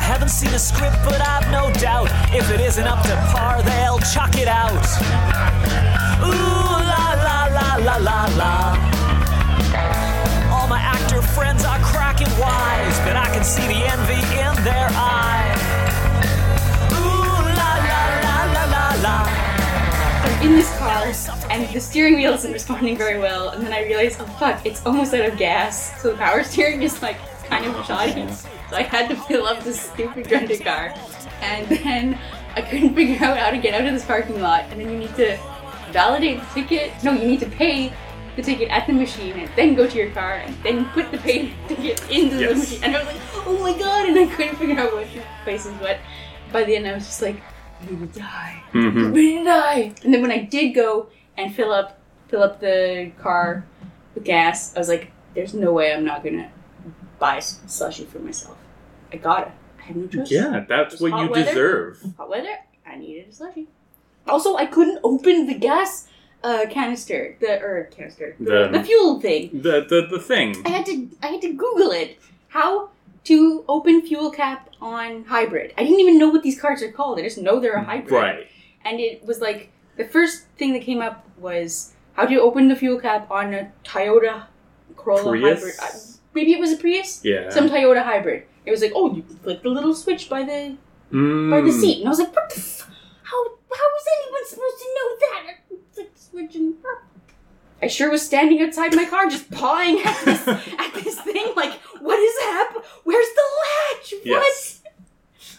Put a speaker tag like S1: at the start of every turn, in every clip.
S1: haven't seen a script, but I've no doubt if it isn't up to par, they'll chuck it out. Ooh la la la la la la. All my actor friends are cracking wise, but I can see the envy in their eye. Ooh la la la la la la.
S2: I'm in this car and the steering wheel isn't responding very well, and then I realize, oh fuck, it's almost out of gas, so the power steering is like kind of shoddy. So I had to fill up this stupid rented car, and then I couldn't figure out how to get out of this parking lot, and then you need to validate the ticket. No, you need to pay the ticket at the machine and then go to your car and then put the paid ticket into the
S3: Yes.
S2: machine. And I was like, oh my god, and I couldn't figure out which place is what. By the end, I was just like, we will die.
S3: Mhm.
S2: We will die. And then when I did go and fill up, fill up the car with gas, I was like, there's no way I'm not gonna buy s- slushy for myself. I gotta. I have no choice.
S3: Yeah, that's
S2: Just
S3: what
S2: hot
S3: you
S2: weather?
S3: deserve.
S2: Hot weather. I needed a slushie. Also, I couldn't open the gas uh, canister, the or canister,
S3: The-
S2: the fuel thing.
S3: The the, the thing.
S2: I had to I had to Google it. How to open fuel cap on hybrid. I didn't even know what these cars are called. I just know they're a hybrid.
S3: Right.
S2: And it was like the first thing that came up was how do you open the fuel cap on a Toyota Corolla
S3: Prius?
S2: hybrid? I, maybe it was a Prius.
S3: Yeah.
S2: Some Toyota hybrid. It was like, oh, you click the little switch by the
S3: Mm.
S2: by the seat, and I was like, what the f- how how is anyone supposed to know that? It's like switching. I sure was standing outside my car, just pawing at this at this thing, like, what is hap? Where's the latch? What?
S3: Yes.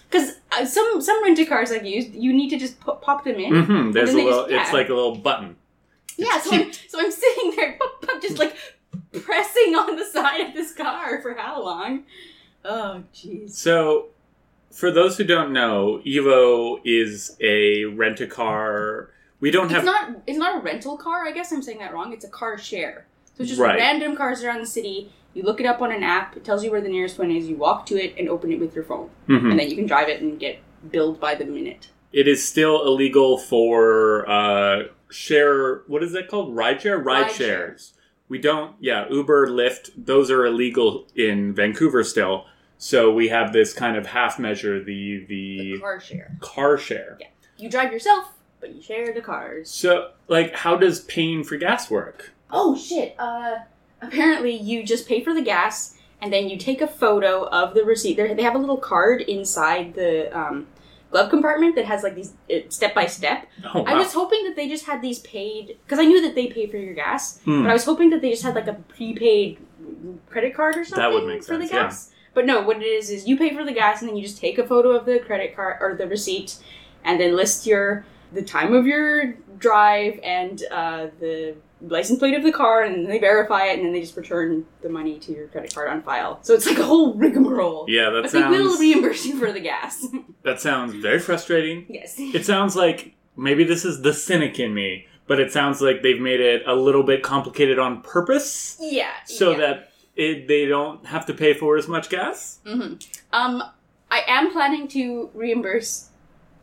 S2: Because uh, some some rented cars I've used, you need to just po- pop them in.
S3: hmm There's a
S2: And then they
S3: little.
S2: just- yeah.
S3: It's like a little button.
S2: Yeah, so I'm, so I'm sitting there, pop, pop, just like pressing on the side of this car for how long? Oh, jeez.
S3: So, for those who don't know, Evo is a rent a car. We don't
S2: It's
S3: have
S2: not it's not a rental car. I guess I'm saying that wrong. It's a car share. So it's just
S3: Right.
S2: random cars around the city. You look it up on an app. It tells you where the nearest one is. You walk to it and open it with your phone,
S3: Mhm.
S2: and then you can drive it and get billed by the minute.
S3: It is still illegal for uh, share. What is that called? Ride share. Ride,
S2: Ride
S3: shares. We don't. Yeah, Uber, Lyft. Those are illegal in Vancouver still. So we have this kind of half measure, the the,
S2: The car share.
S3: car share.
S2: Yeah. You drive yourself, but you share the cars.
S3: So, like, how does paying for gas work?
S2: Oh shit. Uh, apparently you just pay for the gas, and then you take a photo of the receipt. They're, they have a little card inside the um, glove compartment that has like these step by step.
S3: Oh, wow.
S2: I was hoping that they just had these paid because I knew that they pay for your gas,
S3: Hmm.
S2: but I was hoping that they just had like a prepaid credit card or something
S3: That would make
S2: for the
S3: sense, yeah.
S2: gas. But no, what it is is you pay for the gas and then you just take a photo of the credit card or the receipt, and then list your the time of your drive and uh, the license plate of the car, and they verify it, and then they just return the money to your credit card on file. So it's like a whole rigmarole.
S3: yeah, that
S2: but
S3: sounds.
S2: they will reimburse you for the gas.
S3: that sounds very frustrating.
S2: yes.
S3: It sounds like maybe this is the cynic in me, but it sounds like they've made it a little bit complicated on purpose
S2: yeah.
S3: so
S2: yeah.
S3: that it, they don't have to pay for as much gas.
S2: hmm Um, I am planning to reimburse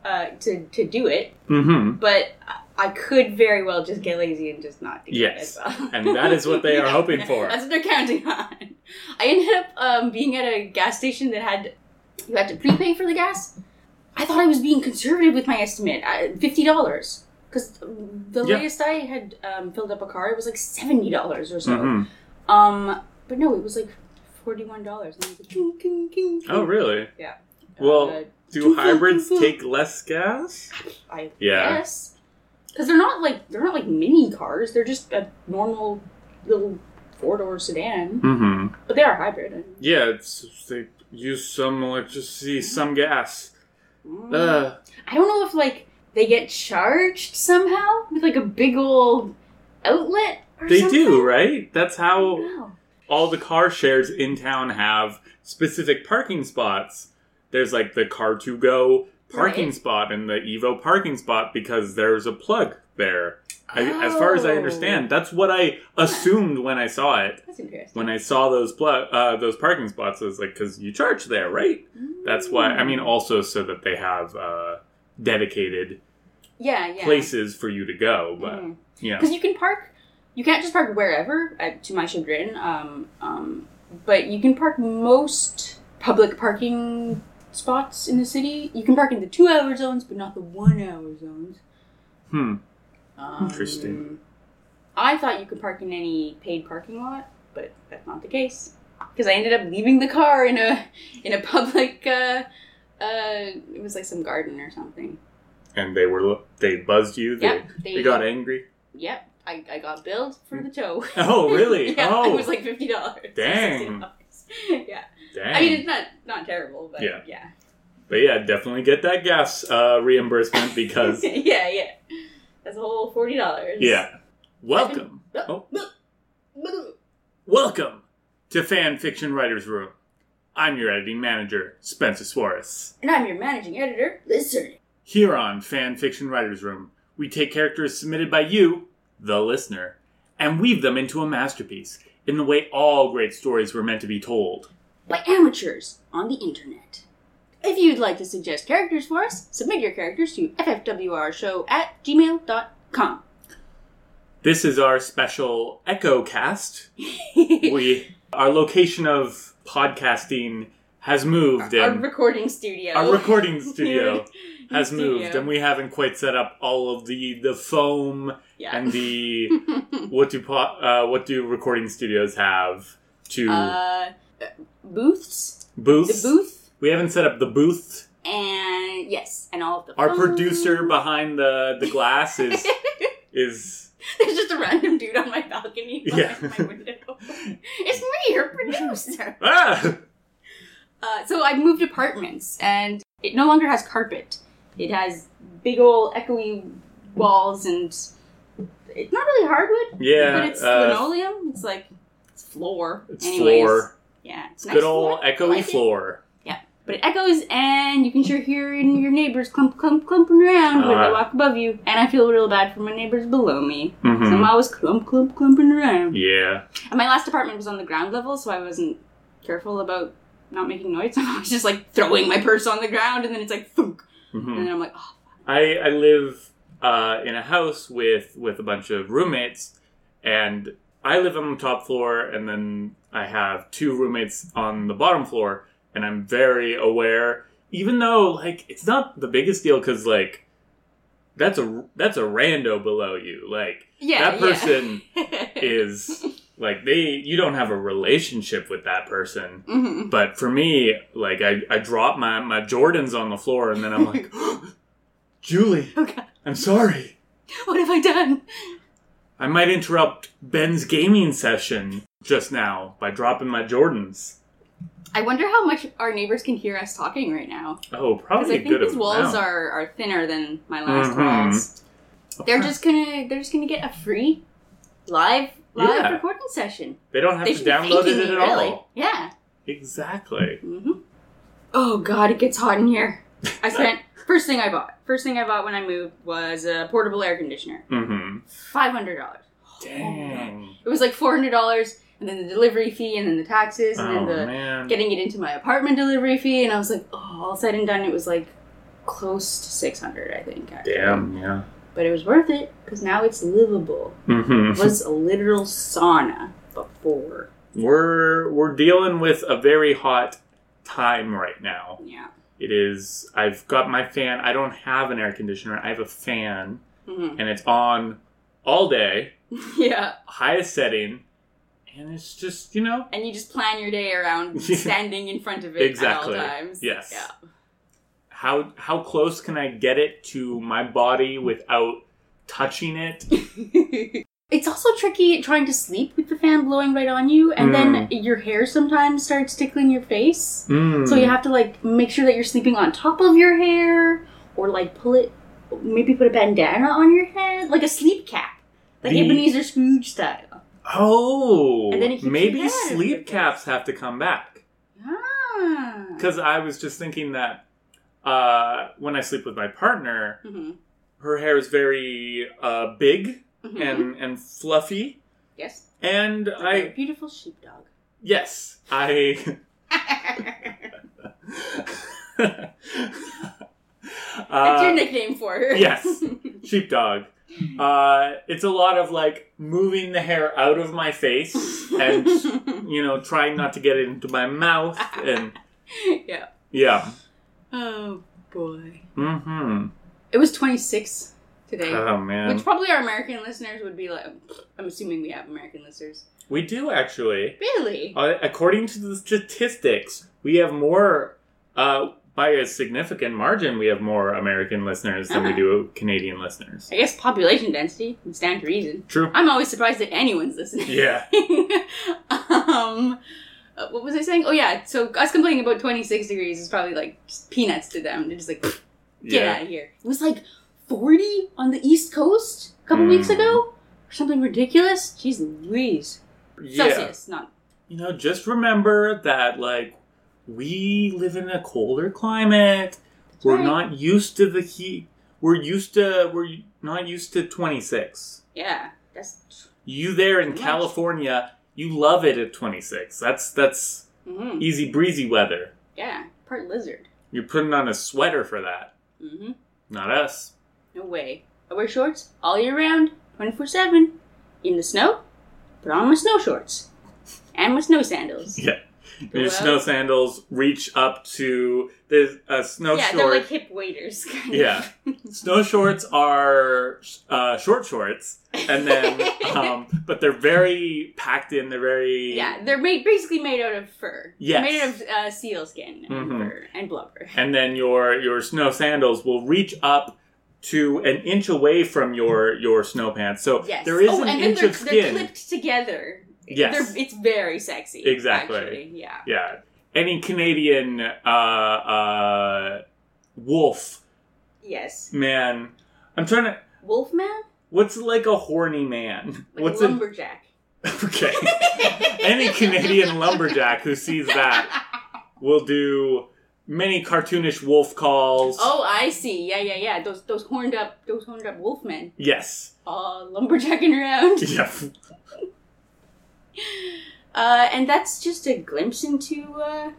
S2: uh, to to do it,
S3: Mm-hmm.
S2: but I- I could very well just get lazy and just not do
S3: Yes.
S2: it as well.
S3: And that is what they are hoping for.
S2: That's what they're counting on. I ended up um, being at a gas station that had you had to prepay for the gas. I thought I was being conservative with my estimate, I, fifty dollars. Because the
S3: Yeah.
S2: latest I had um, filled up a car, it was like seventy dollars or so.
S3: Mm-hmm.
S2: Um, but no, it was like forty-one dollars. And I was like, "King, king, king, king."
S3: Oh, really?
S2: Yeah.
S3: Well,
S2: Uh,
S3: do hybrids take less gas?
S2: I
S3: Yeah.
S2: guess because they're not like they're not like mini cars. They're just a normal little four-door sedan,
S3: Mm-hmm.
S2: but they are hybrid. I don't
S3: Yeah, it's, they use some electricity, some gas.
S2: know.
S3: Uh,
S2: I don't know if like they get charged somehow with like a big old outlet. Or
S3: they
S2: something. Oh,
S3: do, right? That's
S2: I
S3: how
S2: don't know.
S3: all the car shares in town have specific parking spots. There's like the car to go parking
S2: Right.
S3: spot and the Evo parking spot because there's a plug there. I, as far as I
S2: Oh.
S3: understand, that's what I assumed when I saw it.
S2: That's interesting.
S3: When I saw those plug uh, those parking spots, I was like, because you charge there, right? That's why. I
S2: Hmm.
S3: mean, also so that they have uh, dedicated
S2: yeah, yeah.
S3: places for you to go. But
S2: Mhm.
S3: yeah,
S2: because you can park you can't just park wherever uh, to my chagrin um, um, but you can park most public parking spots in the city. You can park in the two hour zones, but not the one hour zones.
S3: Hmm.
S2: Um,
S3: Interesting.
S2: I thought you could park in any paid parking lot, but that's not the case because I ended up leaving the car in a in a public. Uh, uh, it was like some garden or something.
S3: And they were they buzzed you. They,
S2: Yep,
S3: they got angry.
S2: Yep, I, I got billed for the tow.
S3: Oh, really?
S2: yeah,
S3: oh,
S2: it was like fifty dollars.
S3: Dang.
S2: yeah,
S3: dang.
S2: I mean it's not not terrible, but
S3: Yeah.
S2: yeah, yeah,
S3: but yeah, definitely get that gas uh, reimbursement because
S2: yeah, yeah. That's a whole forty dollars.
S3: yeah. Welcome, Oh. welcome to Fan Fiction Writers Room. I'm your editing manager, Spencer Suarez.
S2: And I'm your managing editor, Lizard.
S3: Here on Fan Fiction Writers Room, we take characters submitted by you, the listener, and weave them into a masterpiece in the way all great stories were meant to be told.
S2: by amateurs on the internet. If you'd like to suggest characters for us, submit your characters to ffwrshow at gmail.com.
S3: This is our special Echo Cast. we our location of podcasting has moved
S2: Our
S3: and
S2: recording studio.
S3: our recording studio
S2: New
S3: has
S2: studio.
S3: moved and we haven't quite set up all of the the foam
S2: yeah.
S3: and the what do po- uh, what do recording studios have to
S2: uh, booths. The
S3: booths
S2: booth.
S3: we haven't set up the booth
S2: And yes, and all of the.
S3: our
S2: phones.
S3: producer behind the the glass is is
S2: There's just a random dude on my balcony.
S3: Yeah.
S2: Yeah. My window. it's me, your producer.
S3: ah!
S2: Uh, so I moved apartments, and it no longer has carpet. It has big old echoey walls, and it's not really hardwood,
S3: yeah
S2: but it's
S3: uh,
S2: linoleum. It's like it's floor.
S3: it's
S2: Anyways,
S3: floor
S2: Yeah, it's
S3: good old
S2: I
S3: echoey
S2: like it.
S3: floor
S2: But it echoes, and you can sure hear in your neighbors clump, clump, clumping around when
S3: Ah.
S2: they walk above you. And I feel real bad for my neighbors below me. So
S3: Mhm.
S2: I'm always clump, clump, clumping around.
S3: yeah
S2: And my last apartment was on the ground level, so I wasn't careful about not making noise. I was just like throwing my purse on the ground, and then it's like thunk,
S3: Mhm.
S2: and then I'm like, oh,
S3: I, I live uh, in a house with with a bunch of roommates, and I live on the top floor, and then I have two roommates on the bottom floor, and I'm very aware. Even though like it's not the biggest deal because like that's a that's a rando below you. Like
S2: yeah,
S3: that
S2: yeah.
S3: person is like they you don't have a relationship with that person.
S2: Mhm.
S3: But for me, like I, I drop my, my Jordans on the floor and then I'm like, Julie,
S2: Oh god,
S3: I'm sorry.
S2: what have I done?
S3: I might interrupt Ben's gaming session just now by dropping my Jordans.
S2: I wonder how much our neighbors can hear us talking right now
S3: Oh,
S2: because
S3: probably
S2: I
S3: a
S2: think
S3: good
S2: these walls
S3: amount.
S2: are, are thinner than my last
S3: Mhm.
S2: walls. They're just gonna they're just gonna get a free live live
S3: Yeah.
S2: recording session.
S3: They don't have
S2: they
S3: to
S2: should
S3: download
S2: be
S3: it
S2: thanking
S3: at
S2: me, really.
S3: all.
S2: Yeah.
S3: Exactly.
S2: Mm-hmm. Oh god, it gets hot in here. I spent first thing I bought. First thing I bought when I moved was a portable air conditioner.
S3: Mm-hmm.
S2: Five hundred dollars.
S3: Dang.
S2: It was like four hundred dollars, and then the delivery fee, and then the taxes, and
S3: Oh,
S2: then the
S3: man.
S2: getting it into my apartment delivery fee. And I was like, oh, all said and done, it was like close to six hundred, I think. actually.
S3: Damn, yeah.
S2: But it was worth it because now it's livable. It
S3: Mm-hmm.
S2: was a literal sauna before.
S3: We're we're dealing with a very hot time right now.
S2: Yeah.
S3: It is. I've got my fan. I don't have an air conditioner. I have a fan,
S2: Mhm.
S3: and it's on all day,
S2: Yeah.
S3: highest setting, and it's just you know
S2: And you just plan your day around
S3: Yeah.
S2: standing in front of it
S3: Exactly.
S2: at all times.
S3: Yes.
S2: Yeah.
S3: how how close can I get it to my body without touching it?
S2: it's also tricky trying to sleep with the fan blowing right on you, and then your hair sometimes starts tickling your face.
S3: Mm.
S2: So you have to like make sure that you're sleeping on top of your hair, or like pull it, maybe put a bandana on your head, like a sleep cap, like
S3: The-
S2: Ebenezer Scrooge style.
S3: oh,
S2: And then it keeps
S3: maybe
S2: your head out of your
S3: sleep
S2: face.
S3: caps have to come back
S2: Ah.
S3: because I was just thinking that uh, when I sleep with my partner,
S2: hmm
S3: her hair is very uh, big and and fluffy,
S2: Mm-hmm. yes,
S3: and
S2: You're a
S3: I
S2: beautiful sheepdog.
S3: yes I. Uh,
S2: That's your
S3: Uh,
S2: nickname for her.
S3: yes. sheepdog. Uh, it's a lot of like moving the hair out of my face and you know trying not to get it into my mouth and
S2: yeah.
S3: yeah.
S2: Oh boy.
S3: Mm-hmm.
S2: It was 26 today.
S3: Oh man,
S2: Which probably our American listeners would be like, I'm assuming we have American listeners.
S3: we do actually.
S2: Really?
S3: Uh, according to the statistics, we have more. Uh, by a significant margin, we have more American listeners than we
S2: Ah.
S3: do Canadian listeners.
S2: I guess population density would stand to reason.
S3: True.
S2: I'm always surprised that anyone's listening.
S3: Yeah.
S2: um, uh, what was I saying? Oh yeah, so us complaining about 26 degrees is probably like just peanuts to them. They're just like, get out
S3: Yeah.
S2: of here. It was like 40 on the East Coast a couple
S3: Mm.
S2: weeks ago. or Something ridiculous. Jeez Louise.
S3: Yeah.
S2: Celsius, not
S3: You know, just remember that like we live in a colder climate. We're
S2: right.
S3: not used to the heat. We're used to we're not used to 26.
S2: yeah. That's
S3: You there in
S2: Much.
S3: California, you love it at 26. That's that's
S2: mhm.
S3: easy breezy weather.
S2: yeah. Part lizard.
S3: You're putting on a sweater for that.
S2: hmm
S3: Not us.
S2: No way. I wear shorts all year round, 24 7. In the snow, put on my snow shorts. And my snow sandals.
S3: Yeah. Your
S2: out.
S3: snow sandals reach up to the uh, snow
S2: yeah,
S3: short.
S2: they're like hip waiters. kind of.
S3: Yeah. Snow shorts are uh, short shorts, and then, um, but they're very packed in. They're very
S2: Yeah, they're made basically made out of fur.
S3: Yes.
S2: Made out of uh, seal skin and
S3: Mhm.
S2: fur and blubber.
S3: And then your your snow sandals will reach up to an inch away from your your snow pants. So
S2: Yes.
S3: there is
S2: oh,
S3: an
S2: and then
S3: inch
S2: they're,
S3: of
S2: they're
S3: skin.
S2: clipped together.
S3: Yes.
S2: They're, it's very sexy.
S3: Exactly.
S2: actually. Yeah.
S3: yeah. Any Canadian uh, uh, wolf
S2: Yes.
S3: man. I'm trying to.
S2: Wolfman?
S3: What's like a horny man?
S2: Like
S3: what's a
S2: lumberjack.
S3: okay? Any Canadian lumberjack who sees that will do many cartoonish wolf calls.
S2: Oh, I see. Yeah, yeah, yeah. Those those horned up those horned up wolfmen.
S3: Yes.
S2: Uh lumberjacking around.
S3: Yeah.
S2: Uh and that's just a glimpse into uh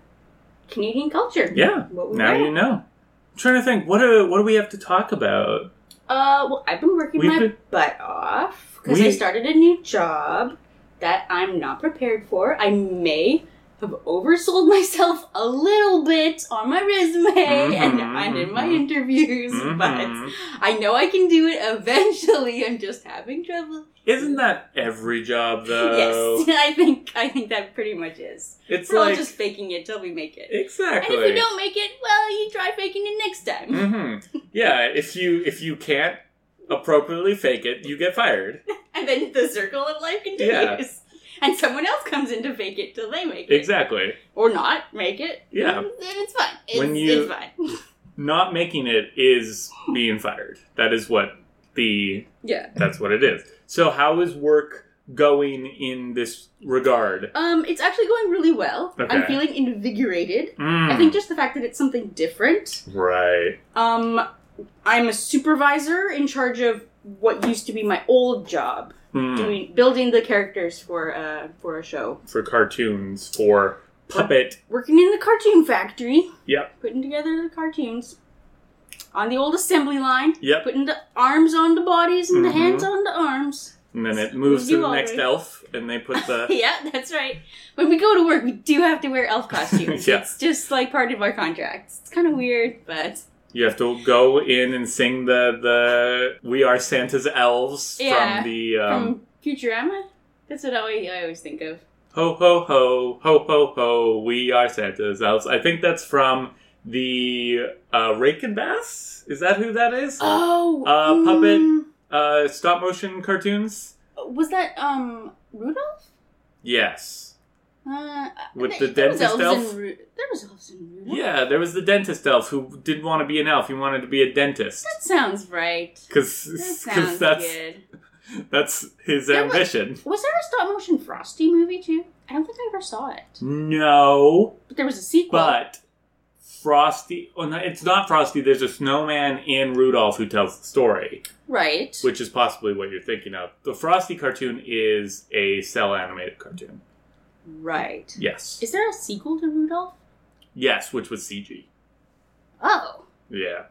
S2: Canadian culture.
S3: Yeah.
S2: What we
S3: Now
S2: wear.
S3: you know. I'm trying to think. What do what do we have to talk about?
S2: Uh, well, I've been working
S3: We've
S2: my
S3: been-
S2: butt off because I
S3: We-
S2: started a new job that I'm not prepared for. I may have oversold myself a little bit on my resume and,
S3: Mhm,
S2: and in my
S3: mhm.
S2: interviews,
S3: Mhm.
S2: but I know I can do it eventually. I'm just having trouble.
S3: Isn't that every job though?
S2: Yes, I think I think that pretty much is.
S3: It's
S2: We're all
S3: like
S2: just faking it till we make it.
S3: exactly.
S2: And if you don't make it, well, you try faking it next time.
S3: hmm Yeah. If you if you can't appropriately fake it, you get fired.
S2: And then the circle of life continues.
S3: Yeah.
S2: And someone else comes in to fake it till they make it.
S3: Exactly.
S2: Or not make it.
S3: Yeah.
S2: Then it's fine. It's,
S3: When you-
S2: it's fine.
S3: Not making it is being fired. That is what the
S2: yeah.
S3: that's what it is. So how is work going in this regard?
S2: Um, it's actually going really well. I'm
S3: Okay.
S2: feeling invigorated.
S3: Mm.
S2: I think just the fact that it's something different.
S3: right.
S2: Um, I'm a supervisor in charge of what used to be my old job,
S3: Mm.
S2: doing building the characters for uh for a show.
S3: for cartoons for puppet.
S2: Working in the cartoon factory,
S3: Yep.
S2: putting together the cartoons on the old assembly line.
S3: Yep.
S2: putting the arms on the bodies and the
S3: Mhm.
S2: hands on the arms.
S3: And then it moves to
S2: You
S3: the next
S2: already-
S3: elf, and they put the
S2: yeah, that's right. When we go to work, we do have to wear elf costumes.
S3: Yeah.
S2: It's just like part of our contracts. It's kind of weird, but
S3: you have to go in and sing the the we are Santa's elves
S2: Yeah.
S3: from the um,
S2: from Futurama, that's what I always, I always think of.
S3: ho ho ho ho ho ho we are Santa's elves. I think that's from the uh, Rake and Bass. Is that who that is?
S2: Oh,
S3: Uh, puppet. Uh, stop motion cartoons.
S2: puppet. Was that um Rudolph?
S3: Yes.
S2: Uh,
S3: With
S2: I-
S3: the
S2: there was elves
S3: dentist elf?
S2: in Ru- there was elves in Rudolph.
S3: Yeah, there was the dentist elf who didn't want to be an elf. He wanted to be a dentist
S2: that sounds right. That
S3: because
S2: sounds
S3: that's
S2: good.
S3: That's his
S2: There was-
S3: ambition.
S2: Was there a stop motion Frosty movie too? I don't think I ever saw it,
S3: No,
S2: but there was a sequel.
S3: but Frosty. Oh, no, it's not Frosty. There's a snowman in Rudolph who tells the story,
S2: right.
S3: which is possibly what you're thinking of. The Frosty cartoon is a cell animated cartoon.
S2: Right.
S3: Yes.
S2: Is there a sequel to Rudolph?
S3: Yes, which was CG.
S2: Oh,
S3: Yeah.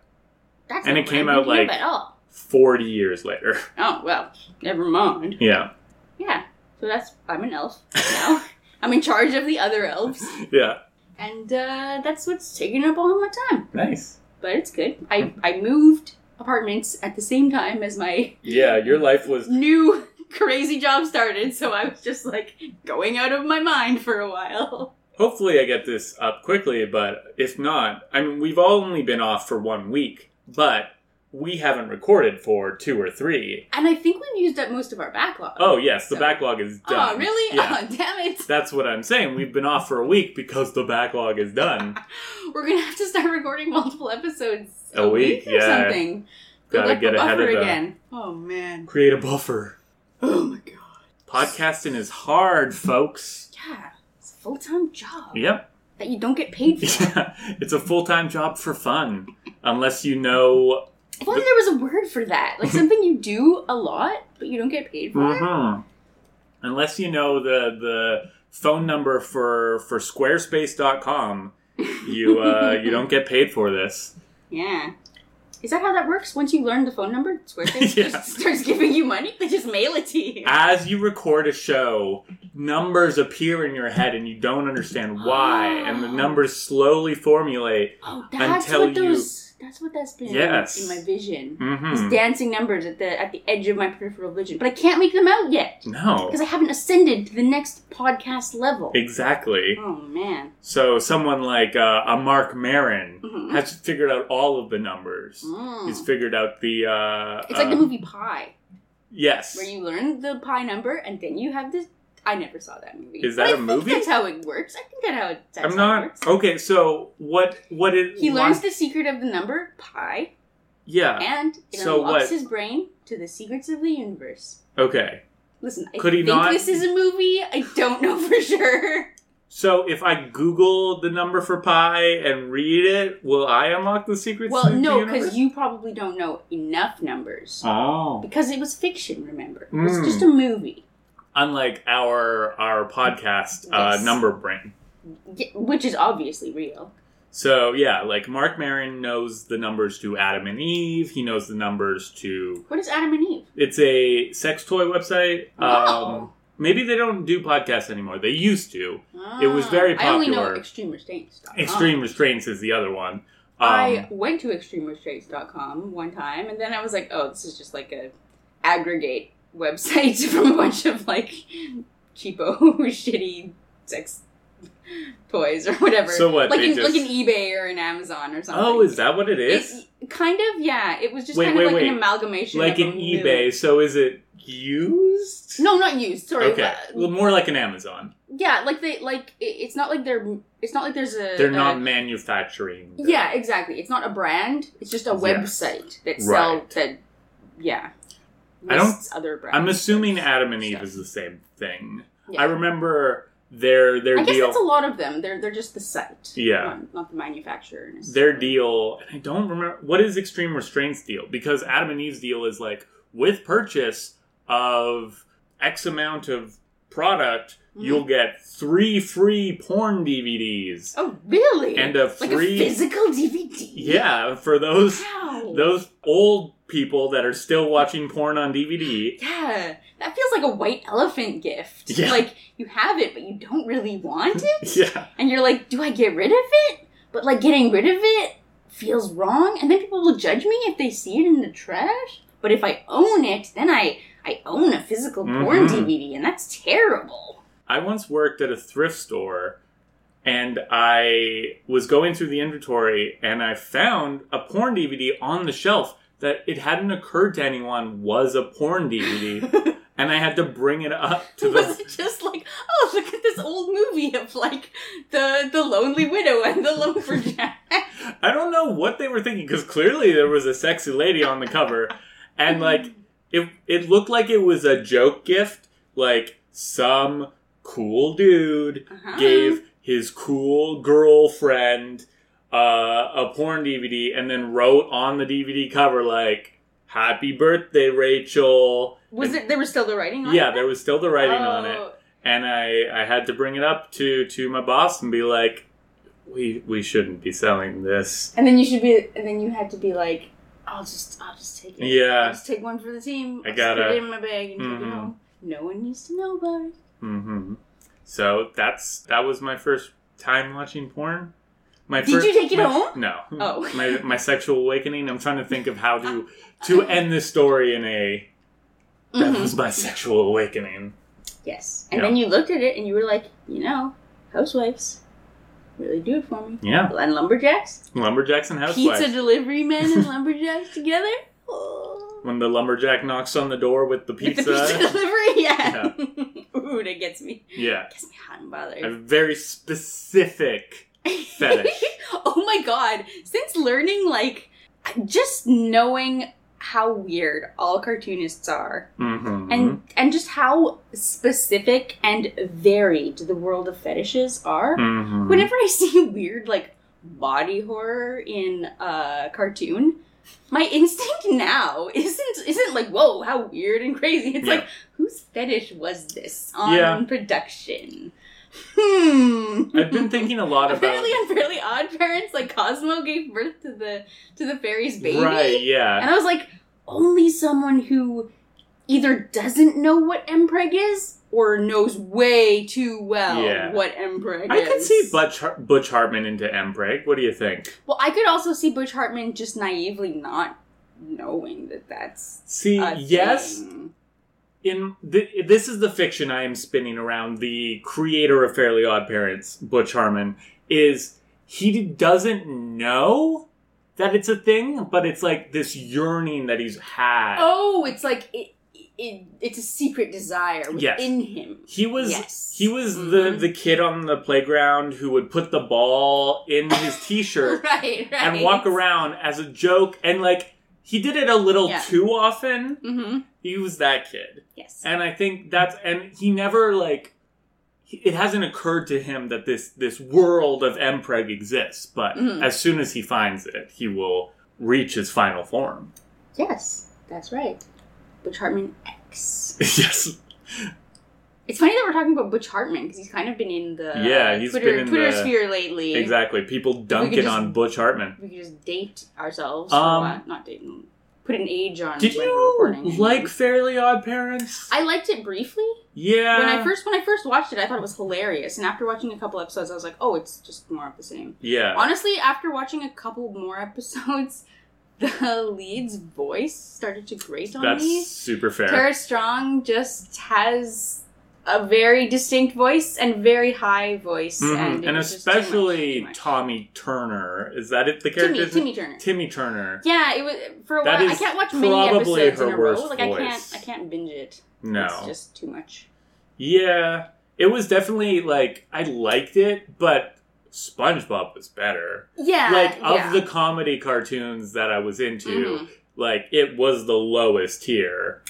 S2: that's
S3: And
S2: not
S3: it came
S2: what I
S3: out,
S2: didn't know
S3: like-
S2: at all.
S3: 40 years later.
S2: Oh well, never mind.
S3: Yeah.
S2: Yeah. So that's I'm an elf now. I'm in charge of the other elves.
S3: Yeah.
S2: And uh, that's what's taking up all my time.
S3: Nice.
S2: But it's good. I, I moved apartments at the same time as my
S3: Yeah, your life was
S2: new crazy job started, so I was just like going out of my mind for a while.
S3: Hopefully, I get this up quickly, but if not, I mean, we've only been off for one week, but we haven't recorded for two or three.
S2: And I think we've used up most of our backlog.
S3: Oh, yes, the
S2: So-
S3: backlog is
S2: Oh,
S3: done.
S2: really?
S3: Yeah.
S2: Oh, damn it.
S3: That's what I'm saying. We've been off for a week because the backlog is done.
S2: We're going to have to start recording multiple episodes
S3: A week,
S2: or
S3: yeah.
S2: something. Good
S3: Gotta
S2: luck
S3: get
S2: with
S3: ahead
S2: Buffer
S3: of that.
S2: again. Oh, man.
S3: Create a buffer.
S2: Oh, my God.
S3: Podcasting is hard, folks.
S2: Yeah. It's a full time job
S3: Yep.
S2: that you don't get paid for.
S3: it's a full time job for fun. Unless you know.
S2: If only there was a word for that. Like something you do a lot, but you don't get paid for it.
S3: Mhm. Unless you know the, the phone number for, for squarespace.com. You uh, you don't get paid for this.
S2: Yeah. Is that how that works? Once you learn the phone number, Squarespace
S3: Yeah.
S2: just starts giving you money. They just mail it to you.
S3: As you record a show, numbers appear in your head and you don't understand why, and the numbers slowly formulate.
S2: oh, that's
S3: until
S2: what those. That's what that's been
S3: Yes.
S2: in my vision. These
S3: hmm
S2: dancing numbers at the at the edge of my peripheral vision, but I can't make them out yet
S3: No,
S2: because I haven't ascended to the next podcast level.
S3: exactly.
S2: Oh man.
S3: So someone like uh, a Mark Marin
S2: Mhm.
S3: has figured out all of the numbers.
S2: Mm.
S3: He's figured out the. Uh,
S2: It's like the
S3: um,
S2: movie Pie,
S3: Yes.
S2: where you learn the pie number and then you have this. I never saw that movie.
S3: Is that
S2: But I
S3: a
S2: think
S3: movie?
S2: That's how it works. I think that how it. That's
S3: I'm
S2: How it
S3: not
S2: works.
S3: okay. So what? What is
S2: He
S3: why-
S2: learns the secret of the number pi,
S3: Yeah.
S2: and it
S3: Uh, so
S2: unlocks
S3: what?
S2: his brain to the secrets of the universe.
S3: Okay.
S2: Listen, I
S3: Could he
S2: think
S3: not?
S2: this is a movie. I don't know for sure.
S3: So if I Google the number for pi and read it, will I unlock the secrets?
S2: well,
S3: of the
S2: no,
S3: universe?
S2: because you probably don't know enough numbers
S3: Oh.
S2: because it was fiction. Remember, it was
S3: Mm.
S2: just a movie,
S3: Unlike our our podcast, uh,
S2: Yes.
S3: number brain.
S2: y- which is obviously real.
S3: So yeah, like Mark Marin knows the numbers to Adam and Eve. He knows the numbers to.
S2: What is Adam and Eve?
S3: It's a sex toy website. Um,
S2: Wow.
S3: maybe they don't do podcasts anymore. They used to. It was very
S2: Ah. I only know
S3: popular.
S2: Extreme Restraints.com.
S3: Extreme restraints is the other one. Um,
S2: I went to extremerestraints.com one time and then I was like, oh, this is just like a aggregate website from a bunch of like cheapo shitty sex toys or whatever.
S3: So what,
S2: Like
S3: they
S2: an,
S3: just-
S2: like an eBay or an Amazon or something.
S3: Oh, is that what it
S2: It-
S3: is?
S2: kind of, yeah. It was just
S3: Wait,
S2: kind
S3: wait,
S2: of like
S3: wait.
S2: an amalgamation.
S3: like
S2: of a
S3: an
S2: million-
S3: eBay. So is it used?
S2: No, not used. Sorry.
S3: Okay.
S2: Uh,
S3: Well, more like an Amazon.
S2: Yeah, like they like it- it's not like they're it's not like there's a
S3: They're
S2: a-
S3: not manufacturing. the-
S2: Uh, Yeah, exactly. It's not a brand. It's just a
S3: Yes.
S2: website that sell
S3: Right.
S2: that. Yeah.
S3: I don't-
S2: Lists other brands.
S3: I'm assuming Adam and Eve
S2: Stuff.
S3: is the same thing.
S2: Yeah.
S3: I remember their their
S2: I guess
S3: deal.
S2: that's a lot of them. They're they're just the site.
S3: Yeah.
S2: Not, not the manufacturer.
S3: Their
S2: necessarily.
S3: deal, and I don't remember what is Extreme Restraints deal because Adam and Eve's deal is like with purchase of X amount of product,
S2: Mhm.
S3: you'll get three free porn DVDs
S2: Oh really?
S3: and a
S2: like
S3: free
S2: a physical DVD.
S3: yeah for those
S2: Wow.
S3: those old people that are still watching porn on DVD.
S2: yeah, that feels like a white elephant gift.
S3: Yeah.
S2: Like you have it, but you don't really want it,
S3: Yeah.
S2: and you're like, "Do I get rid of it?" But like getting rid of it feels wrong, and then people will judge me if they see it in the trash. But if I own it, then I I own a physical porn
S3: Mhm.
S2: DVD, and that's terrible.
S3: I once worked at a thrift store and I was going through the inventory and I found a porn DVD on the shelf that it hadn't occurred to anyone was a porn DVD. and I had to bring it up to
S2: Was
S3: the.
S2: it just like, oh, look at this old movie of like the the lonely widow and the lumberjack?
S3: I don't know what they were thinking because clearly there was a sexy lady on the cover. and like, it, it looked like it was a joke gift. Like, some cool dude
S2: Uh-huh.
S3: gave his cool girlfriend uh, a porn DVD and then wrote on the DVD cover like "Happy birthday, Rachel."
S2: was it? There was still the writing on
S3: Yeah,
S2: it.
S3: there was still the writing on it,
S2: Oh.
S3: and I I had to bring it up to to my boss and be like, "We we shouldn't be selling this."
S2: And then you should be, and then you had to be like, I'll just, I'll just take it.
S3: Yeah.
S2: I'll just take one for the team.
S3: Uh, I
S2: I'll just
S3: gotta-
S2: put it in my bag and take
S3: Mhm.
S2: it home. No one needs to know about it.
S3: hmm So that's Mm-hmm. that was my first time watching porn. My
S2: Did you take it
S3: my-
S2: home?
S3: No.
S2: Oh.
S3: my my sexual awakening. I'm trying to think of how to to end this story in a. That
S2: Mm-hmm.
S3: was my sexual awakening.
S2: Yes. And
S3: Yeah.
S2: then you looked at it and you were like, you know, housewives really do it for me.
S3: Yeah,
S2: And lumberjacks,
S3: lumberjacks and housewives.
S2: pizza delivery men and lumberjacks together. Oh.
S3: When the lumberjack knocks on the door with the
S2: With
S3: pizza.
S2: The pizza delivery, yeah. Ooh, that gets me.
S3: yeah,
S2: Gets me hot and bothered.
S3: a very specific fetish.
S2: oh my god since learning like just knowing how weird all cartoonists are
S3: hmm
S2: and and just how specific and varied the world of fetishes are
S3: Mhm.
S2: whenever i see weird like body horror in a cartoon my instinct now isn't isn't like whoa how weird and crazy it's
S3: Yeah.
S2: like whose fetish was this on
S3: Yeah.
S2: production hmm
S3: I've been thinking a lot about.
S2: Apparently, on Fairly Odd Parents, like Cosmo gave birth to the to the fairy's baby,
S3: Right, yeah.
S2: and I was like, only someone who either doesn't know what mpreg is or knows way too well
S3: Yeah.
S2: what mpreg
S3: I
S2: is.
S3: could see Butch, Har- Butch Hartman into M Break. What do you think?
S2: Well, I could also see Butch Hartman just naively not knowing that that's
S3: See,
S2: a
S3: yes,
S2: thing.
S3: in th- this is the fiction I am spinning around the creator of Fairly Odd Parents, Butch Harmon, is he doesn't know that it's a thing, but it's like this yearning that he's had.
S2: Oh, it's like it, it, it's a secret desire within
S3: Yes.
S2: him.
S3: He was
S2: Yes.
S3: he was the
S2: Mhm.
S3: the kid on the playground who would put the ball in his t-shirt
S2: Mm-hmm. Right, right.
S3: and walk around as a joke and like he did it a little
S2: Yeah.
S3: too often.
S2: Mm-hmm.
S3: He was that kid.
S2: Yes.
S3: And I think that's and he never like he- it hasn't occurred to him that this this world of Mpreg exists, but
S2: Mhm.
S3: as soon as he finds it, he will reach his final form.
S2: Yes, that's right. Butch Hartman X.
S3: yes.
S2: It's funny that we're talking about Butch Hartman because he's kind of been in the
S3: Yeah, he's
S2: Twitter,
S3: been in
S2: Twitter
S3: the-
S2: sphere lately.
S3: Exactly. People dunk
S2: could
S3: it
S2: just-
S3: on Butch Hartman.
S2: We could just date ourselves.
S3: Um,
S2: or what? Not date. mm, Put an age on.
S3: Did
S2: when we're
S3: you
S2: recording.
S3: like Fairly Odd Parents?
S2: I liked it briefly.
S3: yeah.
S2: when I first when I first watched it, I thought it was hilarious, and after watching a couple episodes, I was like, "Oh, it's just more of the same."
S3: Yeah.
S2: Honestly, after watching a couple more episodes, the lead's voice started to grate on
S3: That's
S2: me.
S3: super fair.
S2: Tara Strong just has a very distinct voice and very high voice,
S3: Mhm.
S2: and,
S3: And,
S2: it was just too much,
S3: especially
S2: too much.
S3: Tommy Turner. Is that it? The
S2: Timmy,
S3: character's
S2: Timmy Turner.
S3: Timmy Turner.
S2: yeah, it was for a
S3: That
S2: while. I
S3: is
S2: can't watch many
S3: probably
S2: episodes in
S3: her
S2: a row.
S3: worst
S2: Like I
S3: voice.
S2: can't, I can't binge it.
S3: No.
S2: it's just too much.
S3: Yeah, it was definitely like I liked it, but SpongeBob was better.
S2: Yeah,
S3: like of
S2: yeah.
S3: the comedy cartoons that I was into,
S2: Mhm.
S3: like it was the lowest tier.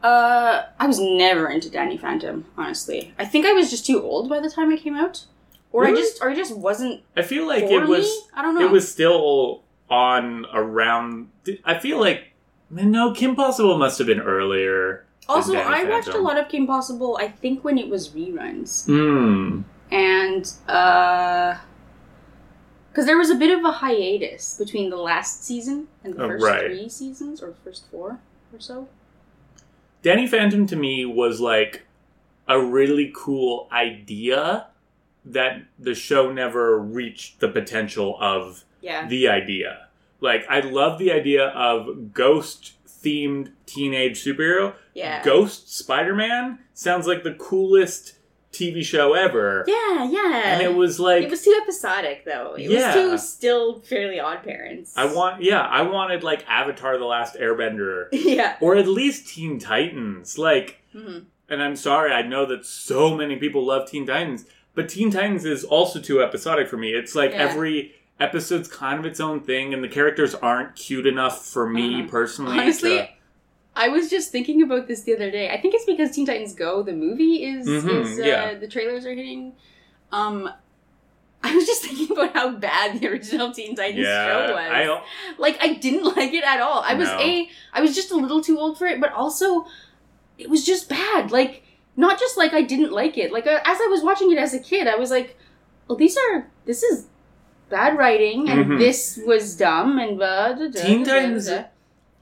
S2: Uh, I was never into Danny Phantom. Honestly, I think I was just too old by the time it came out, or
S3: Really?
S2: I just, or I just wasn't
S3: I feel like
S2: for
S3: it was
S2: me. I don't know.
S3: it was still on around. I feel like no, Kim Possible must have been earlier.
S2: also,
S3: Danny
S2: I watched a
S3: Phantom.
S2: lot of Kim Possible. I think when it was reruns.
S3: Hmm.
S2: and uh because there was a bit of a hiatus between the last season and the
S3: Oh,
S2: first
S3: right.
S2: three seasons or first four or so
S3: Danny Phantom to me was like a really cool idea that the show never reached the potential of
S2: yeah
S3: the idea. Like I love the idea of ghost themed teenage superhero.
S2: yeah
S3: Ghost Spider-Man sounds like the coolest TV show ever.
S2: yeah yeah
S3: And it was like
S2: it was too episodic though it was
S3: Yeah.
S2: too still fairly odd parents
S3: I want yeah, I wanted like Avatar the Last Airbender
S2: yeah
S3: or at least Teen Titans. Like
S2: hmm
S3: and I'm sorry, I know that so many people love Teen Titans, but Teen Titans is also too episodic for me. It's like
S2: Yeah.
S3: every episode's kind of its own thing, and the characters aren't cute enough for me
S2: Uh-huh.
S3: personally.
S2: honestly
S3: to-
S2: I was just thinking about this the other day. I think it's because Teen Titans Go, the movie, is,
S3: Mhm,
S2: is uh,
S3: yeah.
S2: the trailers are hitting. Um, I was just thinking about how bad the original Teen Titans show was.
S3: yeah,
S2: like i didn't like it at all i was
S3: No.
S2: a i was just a little too old for it but also it was just bad like not just like i didn't like it like I- as i was watching it as a kid i was like well these are this is bad writing and
S3: Mhm.
S2: this was dumb and blah da, da,
S3: Teen
S2: da, da,
S3: Titans-
S2: da.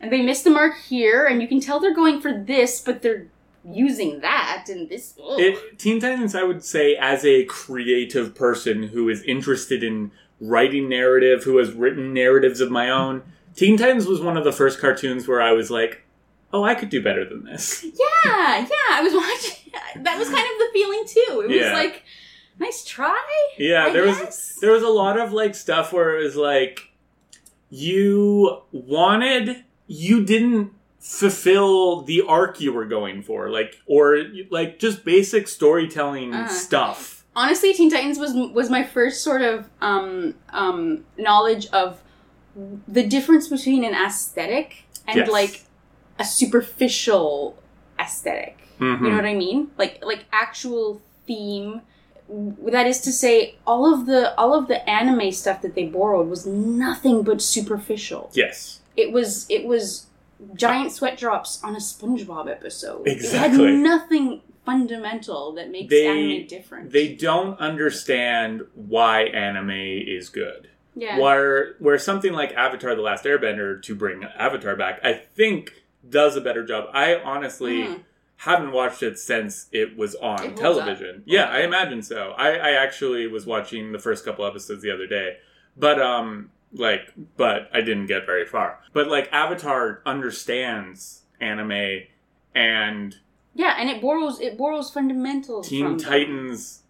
S2: and they missed the mark here and you can tell they're going for this but they're using that in this. oh, ugh.
S3: It, Teen Titans, I would say, as a creative person who is interested in writing narrative, who has written narratives of my own, Teen Titans was one of the first cartoons where I was like, oh, I could do better than this.
S2: yeah, yeah. I was watching. That was kind of the feeling too. It was
S3: Yeah.
S2: like, nice try.
S3: Yeah,
S2: I
S3: there was
S2: guess.
S3: there was a lot of like stuff where it was like you wanted you didn't fulfill the arc you were going for like or like just basic storytelling
S2: Uh-huh.
S3: stuff.
S2: honestly teen titans was was my first sort of um um knowledge of the difference between an aesthetic and
S3: Yes.
S2: like a superficial aesthetic you
S3: Mhm.
S2: know what i mean like like actual theme that is to say all of the all of the anime stuff that they borrowed was nothing but superficial
S3: Yes.
S2: it was it was giant sweat drops on a spongebob episode it
S3: Exactly.
S2: had nothing fundamental that makes
S3: They-
S2: anime different
S3: they don't understand why anime is good.
S2: yeah
S3: Where where something like Avatar: The Last Airbender to bring Avatar back, I think does a better job. I honestly
S2: Mhm.
S3: haven't watched it since it was on
S2: It holds
S3: television. Yeah, I imagine so. I, I actually was watching the first couple episodes the other day, but um, like, but I didn't get very far. But like, Avatar understands anime and
S2: Yeah, and it borrows it borrows fundamentals.
S3: Teen
S2: from them.
S3: Titans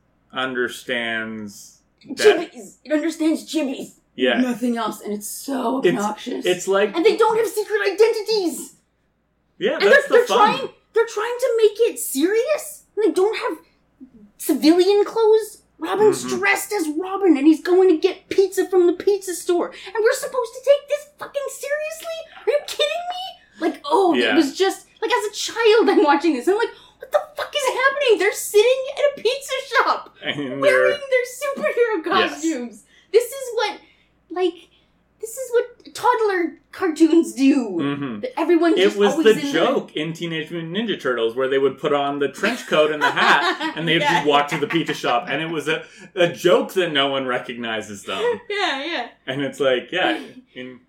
S3: understands that.
S2: Chibis. It understands chibis.
S3: Yeah,
S2: Nothing else, and it's so
S3: It's-
S2: obnoxious.
S3: it's like
S2: and they don't have secret identities.
S3: yeah,
S2: and they're,
S3: that's the
S2: they're
S3: fun.
S2: trying they're trying to make it serious. And they don't have civilian clothes. Robin's
S3: Mhm.
S2: dressed as Robin, and he's going to get pizza from the pizza store. And we're supposed to take this fucking seriously? Are you kidding me? Like, oh,
S3: Yeah.
S2: it was just like as a child, I'm watching this. I'm like, what the fuck is happening? They're sitting at a pizza shop
S3: And
S2: wearing
S3: they're,
S2: their superhero
S3: Yes.
S2: costumes. This is what, like, this is what toddler cartoons do.
S3: Mhm.
S2: That everyone
S3: It
S2: just
S3: was the
S2: always in
S3: joke in Teenage Mutant Ninja Turtles where they would put on the trench coat and the hat and they'd
S2: Yeah.
S3: just walk to the pizza shop. And it was a, a joke that no one recognizes them.
S2: Yeah, yeah.
S3: And it's like, yeah, in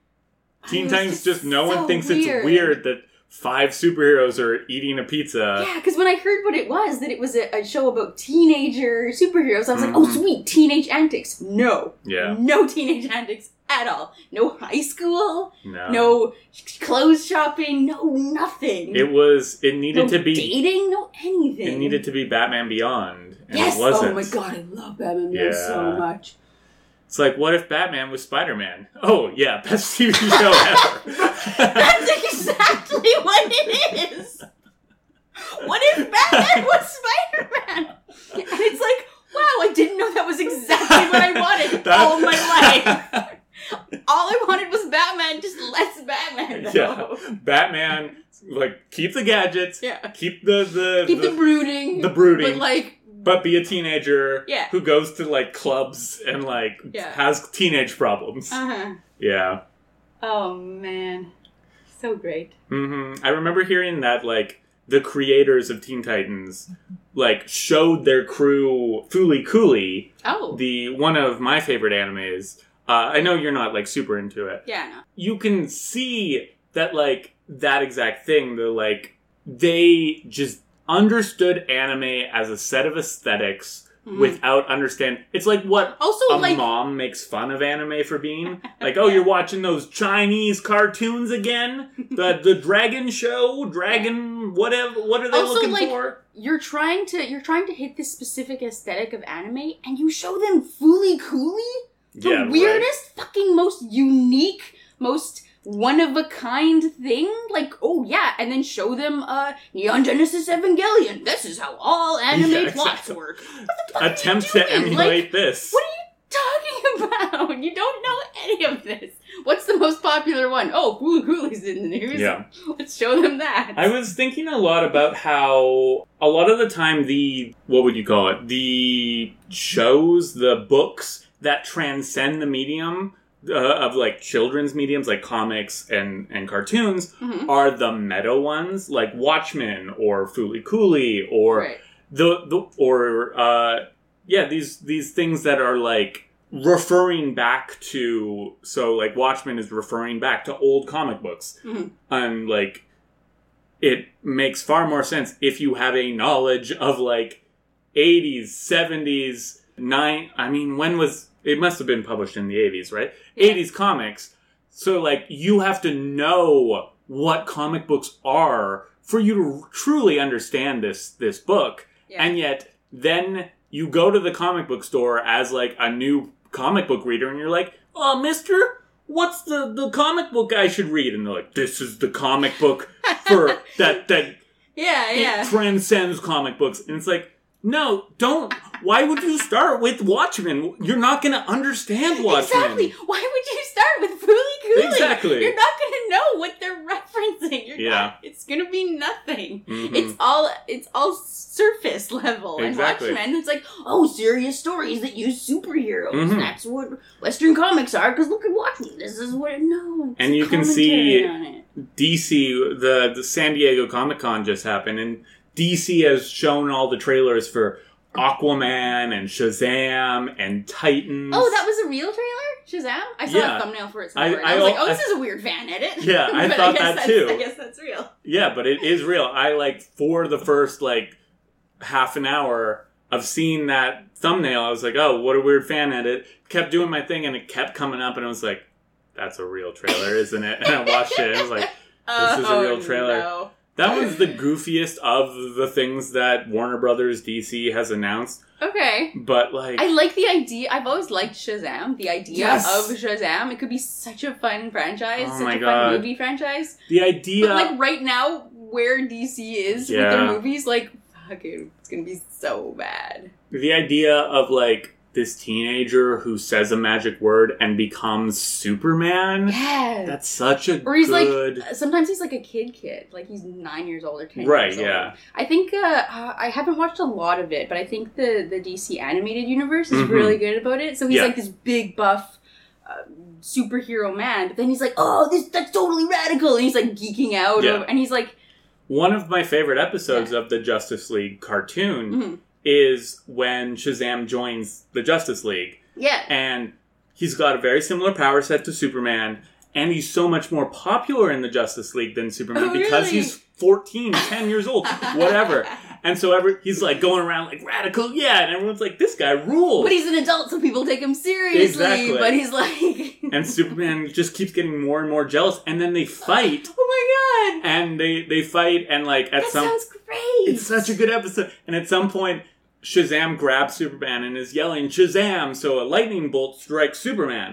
S3: Teen
S2: was
S3: Titans,
S2: just
S3: just no
S2: so
S3: one thinks
S2: weird.
S3: it's weird Uh, that five superheroes are eating a pizza.
S2: Yeah, because when I heard what it was, that it was a, a show about teenager superheroes, I was like, oh,
S3: Mhm.
S2: sweet, teenage antics. No.
S3: Yeah.
S2: No teenage antics at all. No high school,
S3: No.
S2: no clothes shopping, no nothing.
S3: It was, it needed
S2: no
S3: to be
S2: dating, no anything.
S3: It needed to be Batman Beyond, and
S2: yes.
S3: it wasn't.
S2: Oh my god, I love Batman Beyond so
S3: Yeah.
S2: much.
S3: It's like, what if Batman was Spider Man? Oh yeah, best TV show ever.
S2: That's exactly what it is. What if Batman was Spider Man? And it's like, wow, I didn't know that was exactly what I wanted
S3: That-
S2: all my life. All I wanted was Batman, just less Batman. Though.
S3: yeah, Batman. Like, keep the gadgets.
S2: Yeah.
S3: Keep the the
S2: Keep the,
S3: the-
S2: brooding.
S3: the brooding.
S2: But like,
S3: but be a teenager
S2: Yeah.
S3: who goes to like clubs and like
S2: Yeah.
S3: has teenage problems.
S2: uh huh.
S3: yeah.
S2: Oh man. So great.
S3: hmm I remember hearing that like the creators of Teen Titans like showed their crew Foolie Cooley
S2: Oh.
S3: the one of my favorite animes. Uh, I know you're not like super into it.
S2: yeah,
S3: You can see that like that exact thing. The like they just understood anime as a set of aesthetics
S2: no. Mhm.
S3: without understand. It's like what
S2: also,
S3: a
S2: like,
S3: mom makes fun of anime for being. Like, oh, you're watching those Chinese cartoons again. The the Dragon Show, Dragon whatever. What are they
S2: Also,
S3: looking
S2: like,
S3: for?
S2: you're trying to you're trying to hit this specific aesthetic of anime and you show them Fooly Cooley? The
S3: Yeah, right.
S2: weirdest, fucking most unique, most one of a kind thing? Like, oh yeah, and then show them uh Neon Genesis Evangelion. This is how all anime
S3: Yeah,
S2: plots
S3: exactly.
S2: work.
S3: Attempt
S2: doing?
S3: to emulate this.
S2: What Talking about you don't know any of this. What's the most popular one? Oh, Fooly Cooley's in the news.
S3: Yeah.
S2: Let's show them that.
S3: I was thinking a lot about how a lot of the time the what would you call it? The shows, the books that transcend the medium uh, of like children's mediums like comics and and cartoons
S2: Mhm.
S3: are the meta ones like Watchmen or Foolie Cooley or
S2: Right.
S3: the the or uh yeah these these things that are like referring back to so like Watchmen is referring back to old comic books
S2: Mhm.
S3: and like it makes far more sense if you have a knowledge of like 80s, 70s, 9 I mean, when was it must have been published in the 80s, right? 80s comics. So like you have to know what comic books are for you to truly understand this this book.
S2: Yeah.
S3: And yet then you go to the comic book store as like a new comic book reader and you're like, "Oh, mister, what's the the comic book I should read?" And they're like, "This is the comic book for that that
S2: Yeah, yeah.
S3: it transcends comic books. And it's like, no, don't. Why would you start with Watchmen? You're not going to understand Watchmen.
S2: Exactly. Why would you start with Fooly Cooly?
S3: Exactly.
S2: You're not gonna know what they're referencing. You're
S3: Yeah.
S2: not- it's gonna be nothing.
S3: Mhm.
S2: It's all it's all surface level.
S3: Exactly.
S2: And Watchmen, it's like, oh, serious stories that use superheroes.
S3: Mhm.
S2: That's what Western comics are. Because look at Watchmen. This is what no. it's
S3: And you can see-
S2: commentary on it.
S3: DC, the, the San Diego Comic Con just happened, and DC has shown all the trailers for Aquaman and Shazam and Titans.
S2: Oh, that was a real trailer, Shazam. I saw
S3: Mm. Yeah.
S2: a thumbnail for it.
S3: I-
S2: Somewhere. I,
S3: I
S2: was like,
S3: al-
S2: oh,
S3: I-
S2: this is a weird fan edit.
S3: Yeah, I
S2: But
S3: thought
S2: guess
S3: that
S2: that's-
S3: too.
S2: I guess that's real.
S3: Yeah, but it is real. I like for the first like half an hour of seeing that thumbnail, I was like, "Oh, what a weird fan edit." Kept doing my thing, and it kept coming up, and I was like, "That's a real trailer, isn't it?" And I watched it. And I was like, This is a real
S2: Oh,
S3: trailer.
S2: no.
S3: "That was the goofiest of the things that Warner Brothers DC has announced."
S2: Okay.
S3: But like,
S2: I like the idea. I've always liked Shazam. The idea
S3: Yes.
S2: of Shazam. It could be such a fun franchise,
S3: Oh
S2: such
S3: my
S2: a
S3: God.
S2: fun movie franchise.
S3: the idea,
S2: But like right now, where DC is with
S3: Yeah.
S2: their movies, like fucking, it's gonna be so bad.
S3: the idea of like this teenager who says a magic word and becomes Superman.
S2: Yeah.
S3: That's such a
S2: or he's
S3: good.
S2: like Uh, sometimes he's like a kid kid like he's nine years old or ten
S3: Right,
S2: years old.
S3: yeah.
S2: i think uh, uh, i haven't watched a lot of it but i think the the dc animated universe is
S3: Mhm.
S2: really good about it so he's
S3: Yeah.
S2: like this big buff uh, superhero man but then he's like oh this that's totally radical and he's like geeking out
S3: Yeah.
S2: over, and he's like
S3: One of my favorite episodes of the Justice League cartoon
S2: Mhm.
S3: is when Shazam joins the Justice League.
S2: yeah
S3: And he's got a very similar power set to Superman. And he's so much more popular in the Justice League than Superman
S2: Oh,
S3: because
S2: really?
S3: he's 14, 10 years old, whatever. And so every, he's like going around like radical, yeah. And everyone's like, this guy rules.
S2: but he's an adult so people take him seriously
S3: Exactly.
S2: but he's like
S3: and Superman just keeps getting more and more jealous. And then they fight.
S2: oh my god
S3: And they, they fight. And like at
S2: that
S3: some
S2: sounds great
S3: It's such a good episode. And at some point, Shazam grabs Superman and is yelling, Shazam! So a lightning bolt strikes Superman.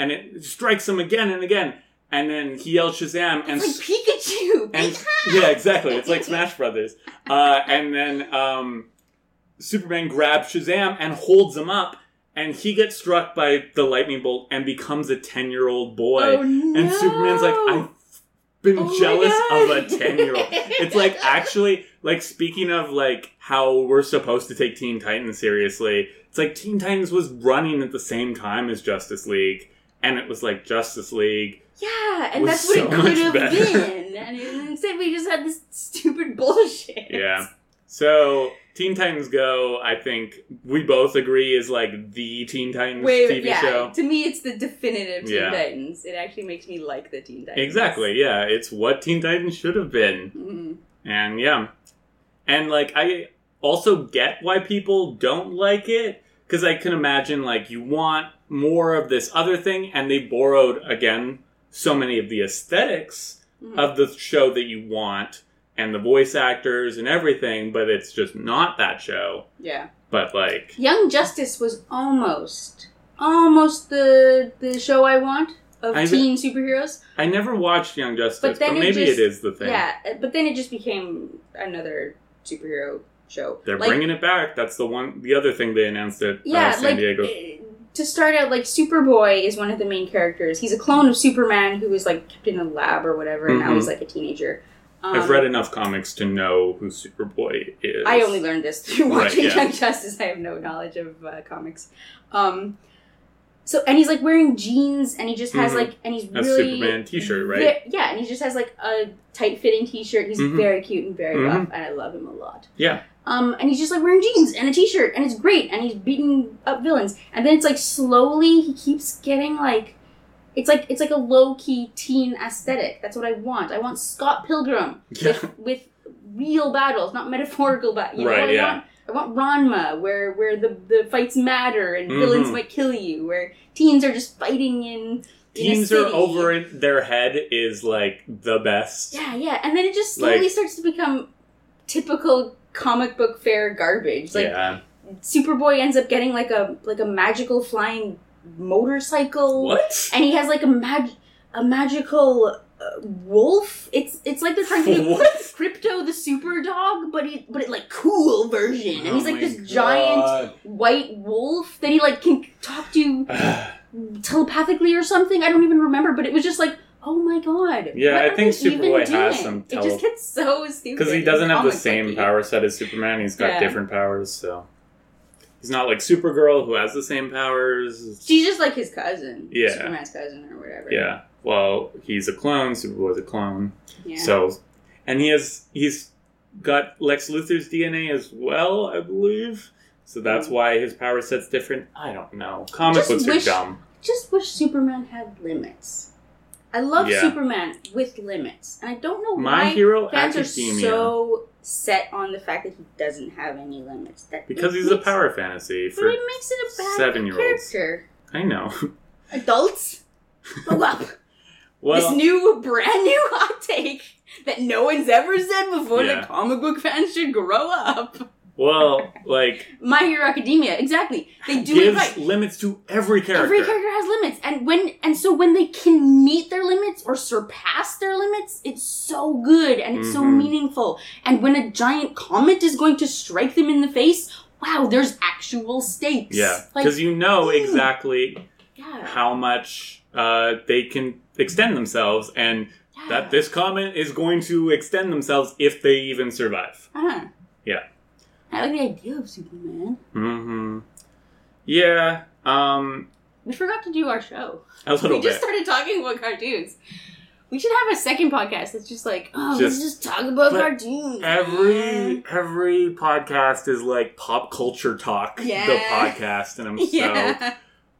S3: And it strikes him again and again. And then he yells Shazam and.
S2: it's like pikachu
S3: and yeah, exactly. It's like Smash Brothers. Uh, and then um, Superman grabs Shazam and holds him up. And he gets struck by the lightning bolt and becomes a 10 year old boy.
S2: Oh, no.
S3: And Superman's like, I've been
S2: Oh my
S3: jealous of a
S2: God.
S3: 10 year old. It's like actually, like speaking of like how we're supposed to take Teen Titans seriously, it's like Teen Titans was running at the same time as Justice League. And it was like Justice League.
S2: Yeah, and
S3: was
S2: that's what
S3: so
S2: it could
S3: much
S2: have
S3: better.
S2: been. And instead, we just had this stupid bullshit.
S3: Yeah. So Teen Titans Go, I think we both agree is like the Teen Titans
S2: Wait,
S3: TV
S2: yeah.
S3: show.
S2: To me, it's the definitive Teen
S3: Yeah.
S2: Titans. It actually makes me like the Teen Titans.
S3: Exactly, yeah. It's what Teen Titans should have been.
S2: Mm.
S3: And yeah. And like I also get why people don't like it cuz I can imagine like you want more of this other thing and they borrowed again so many of the esthetics
S2: Mhm.
S3: of the show that you want and the voice actors and everything but it's just not that show.
S2: Yeah.
S3: But like
S2: Young Justice was almost, almost the the show I want of
S3: I-
S2: teen superheroes.
S3: I never watched Young Justice, but,
S2: But then it
S3: maybe
S2: just-
S3: it is the thing.
S2: Yeah, uh, but then it just became another superhero show.
S3: They're
S2: Like,
S3: bringing it back. That's the one the other thing they announced at
S2: yeah,
S3: uh, San
S2: like
S3: Diego.
S2: eh, to start out, like Superboy is one of the main characters. He's a clone of Superman who was like kept in a lab or whatever, and now
S3: Mhm.
S2: he's like a teenager. Um,
S3: I've read enough comics to know who Superboy is.
S2: I only learned this through
S3: Right,
S2: watching
S3: yeah.
S2: Young Justice. I have no knowledge of uh, comics. Um, so and he's like wearing jeans, and he just has
S3: Mhm.
S2: like, and he's
S3: A
S2: really
S3: Superman t-shirt, right?
S2: ve- yeah, and he just has like a tight fitting T-shirt. He's
S3: Mhm.
S2: very cute and very
S3: Mhm.
S2: buff, and I love him a lot.
S3: Yeah.
S2: Um, and he's just like wearing jeans and a t-shirt, and it's great, and he's beating up villains. And then it's like slowly he keeps getting like It's like it's like a low key teen aesthetic. That's what I want. I want Scott Pilgrim
S3: Yeah.
S2: with, with real battles, not metaphorical battles.
S3: Right,
S2: I
S3: yeah.
S2: Want? I want Ranma, where where the, the fights matter and villains
S3: Mhm.
S2: might kill you, where teens are just fighting in. in a
S3: Teens are
S2: city.
S3: over it. Their head is like the best.
S2: Yeah, yeah, and then it just slowly
S3: Like-
S2: starts to become typical comic book fair garbage. Like
S3: Yeah.
S2: Superboy ends up getting like a like a magical flying motorcycle,
S3: What?
S2: and he has like a mag a magical uh, wolf. It's it's like they're trying to make
S3: What?
S2: Crypto the super dog, but it but it like cool version, and he's
S3: Oh
S2: like
S3: my
S2: this giant white wolf that he like can talk to
S3: God.
S2: telepathically or something. I don't even remember, but it was just like, oh my god.
S3: Yeah,
S2: what
S3: I
S2: are
S3: think
S2: they even
S3: Superboy has
S2: doing?
S3: some
S2: It just
S3: tele-
S2: gets so stupid Oh
S3: Because he doesn't have the
S2: Comic
S3: same
S2: booky.
S3: power set as Superman. He's got
S2: Yeah.
S3: different powers, so he's not like Supergirl who has the same powers.
S2: She's just like his cousin,
S3: Yeah.
S2: Superman's cousin or whatever.
S3: Yeah. Well, he's a clone. Superboy's a clone.
S2: yeah.
S3: So, and he has he's got Lex Luthor's DNA as well, I believe. So that's
S2: Mhm.
S3: why his power set's different. I don't know. Comic
S2: Just
S3: books
S2: wish-
S3: are dumb.
S2: just wish Superman had limits. I love
S3: Yeah.
S2: Superman with limits, and I don't know
S3: My
S2: why
S3: Hero
S2: fans are
S3: Academia.
S2: so set on the fact that he doesn't have any limits. That
S3: because
S2: it
S3: he's a
S2: makes-
S3: power fantasy
S2: But
S3: for
S2: it makes it a bad
S3: seven-year-olds.
S2: character.
S3: I know.
S2: Adults, grow up. this
S3: Well,
S2: new brand new hot take that no one's ever said before
S3: Yeah.
S2: that comic book fans should grow up.
S3: well, like
S2: My Hero Academia, exactly. They do it
S3: gives
S2: right.
S3: limits to every character.
S2: Every character has limits, and when and so when they can meet their limits or surpass their limits, it's so good and it's so
S3: Mhm.
S2: meaningful. And when a giant comet is going to strike them in the face, wow, there's actual stakes.
S3: Yeah,
S2: like
S3: because you know
S2: mm.
S3: exactly
S2: yeah,
S3: how much uh, they can extend themselves, and
S2: yeah.
S3: that this comment is going to extend themselves if they even survive.
S2: Uh-huh.
S3: Yeah.
S2: I like the idea of Superman.
S3: hmm Yeah, um,
S2: We forgot to do our show.
S3: a little
S2: we
S3: bit.
S2: just started talking about cartoons. We should have a second podcast that's just like, oh,
S3: Just-
S2: let's just talk about
S3: but
S2: cartoons. man.
S3: Every every podcast is like pop culture talk. The
S2: Yeah.
S3: podcast, and I'm so
S2: yeah,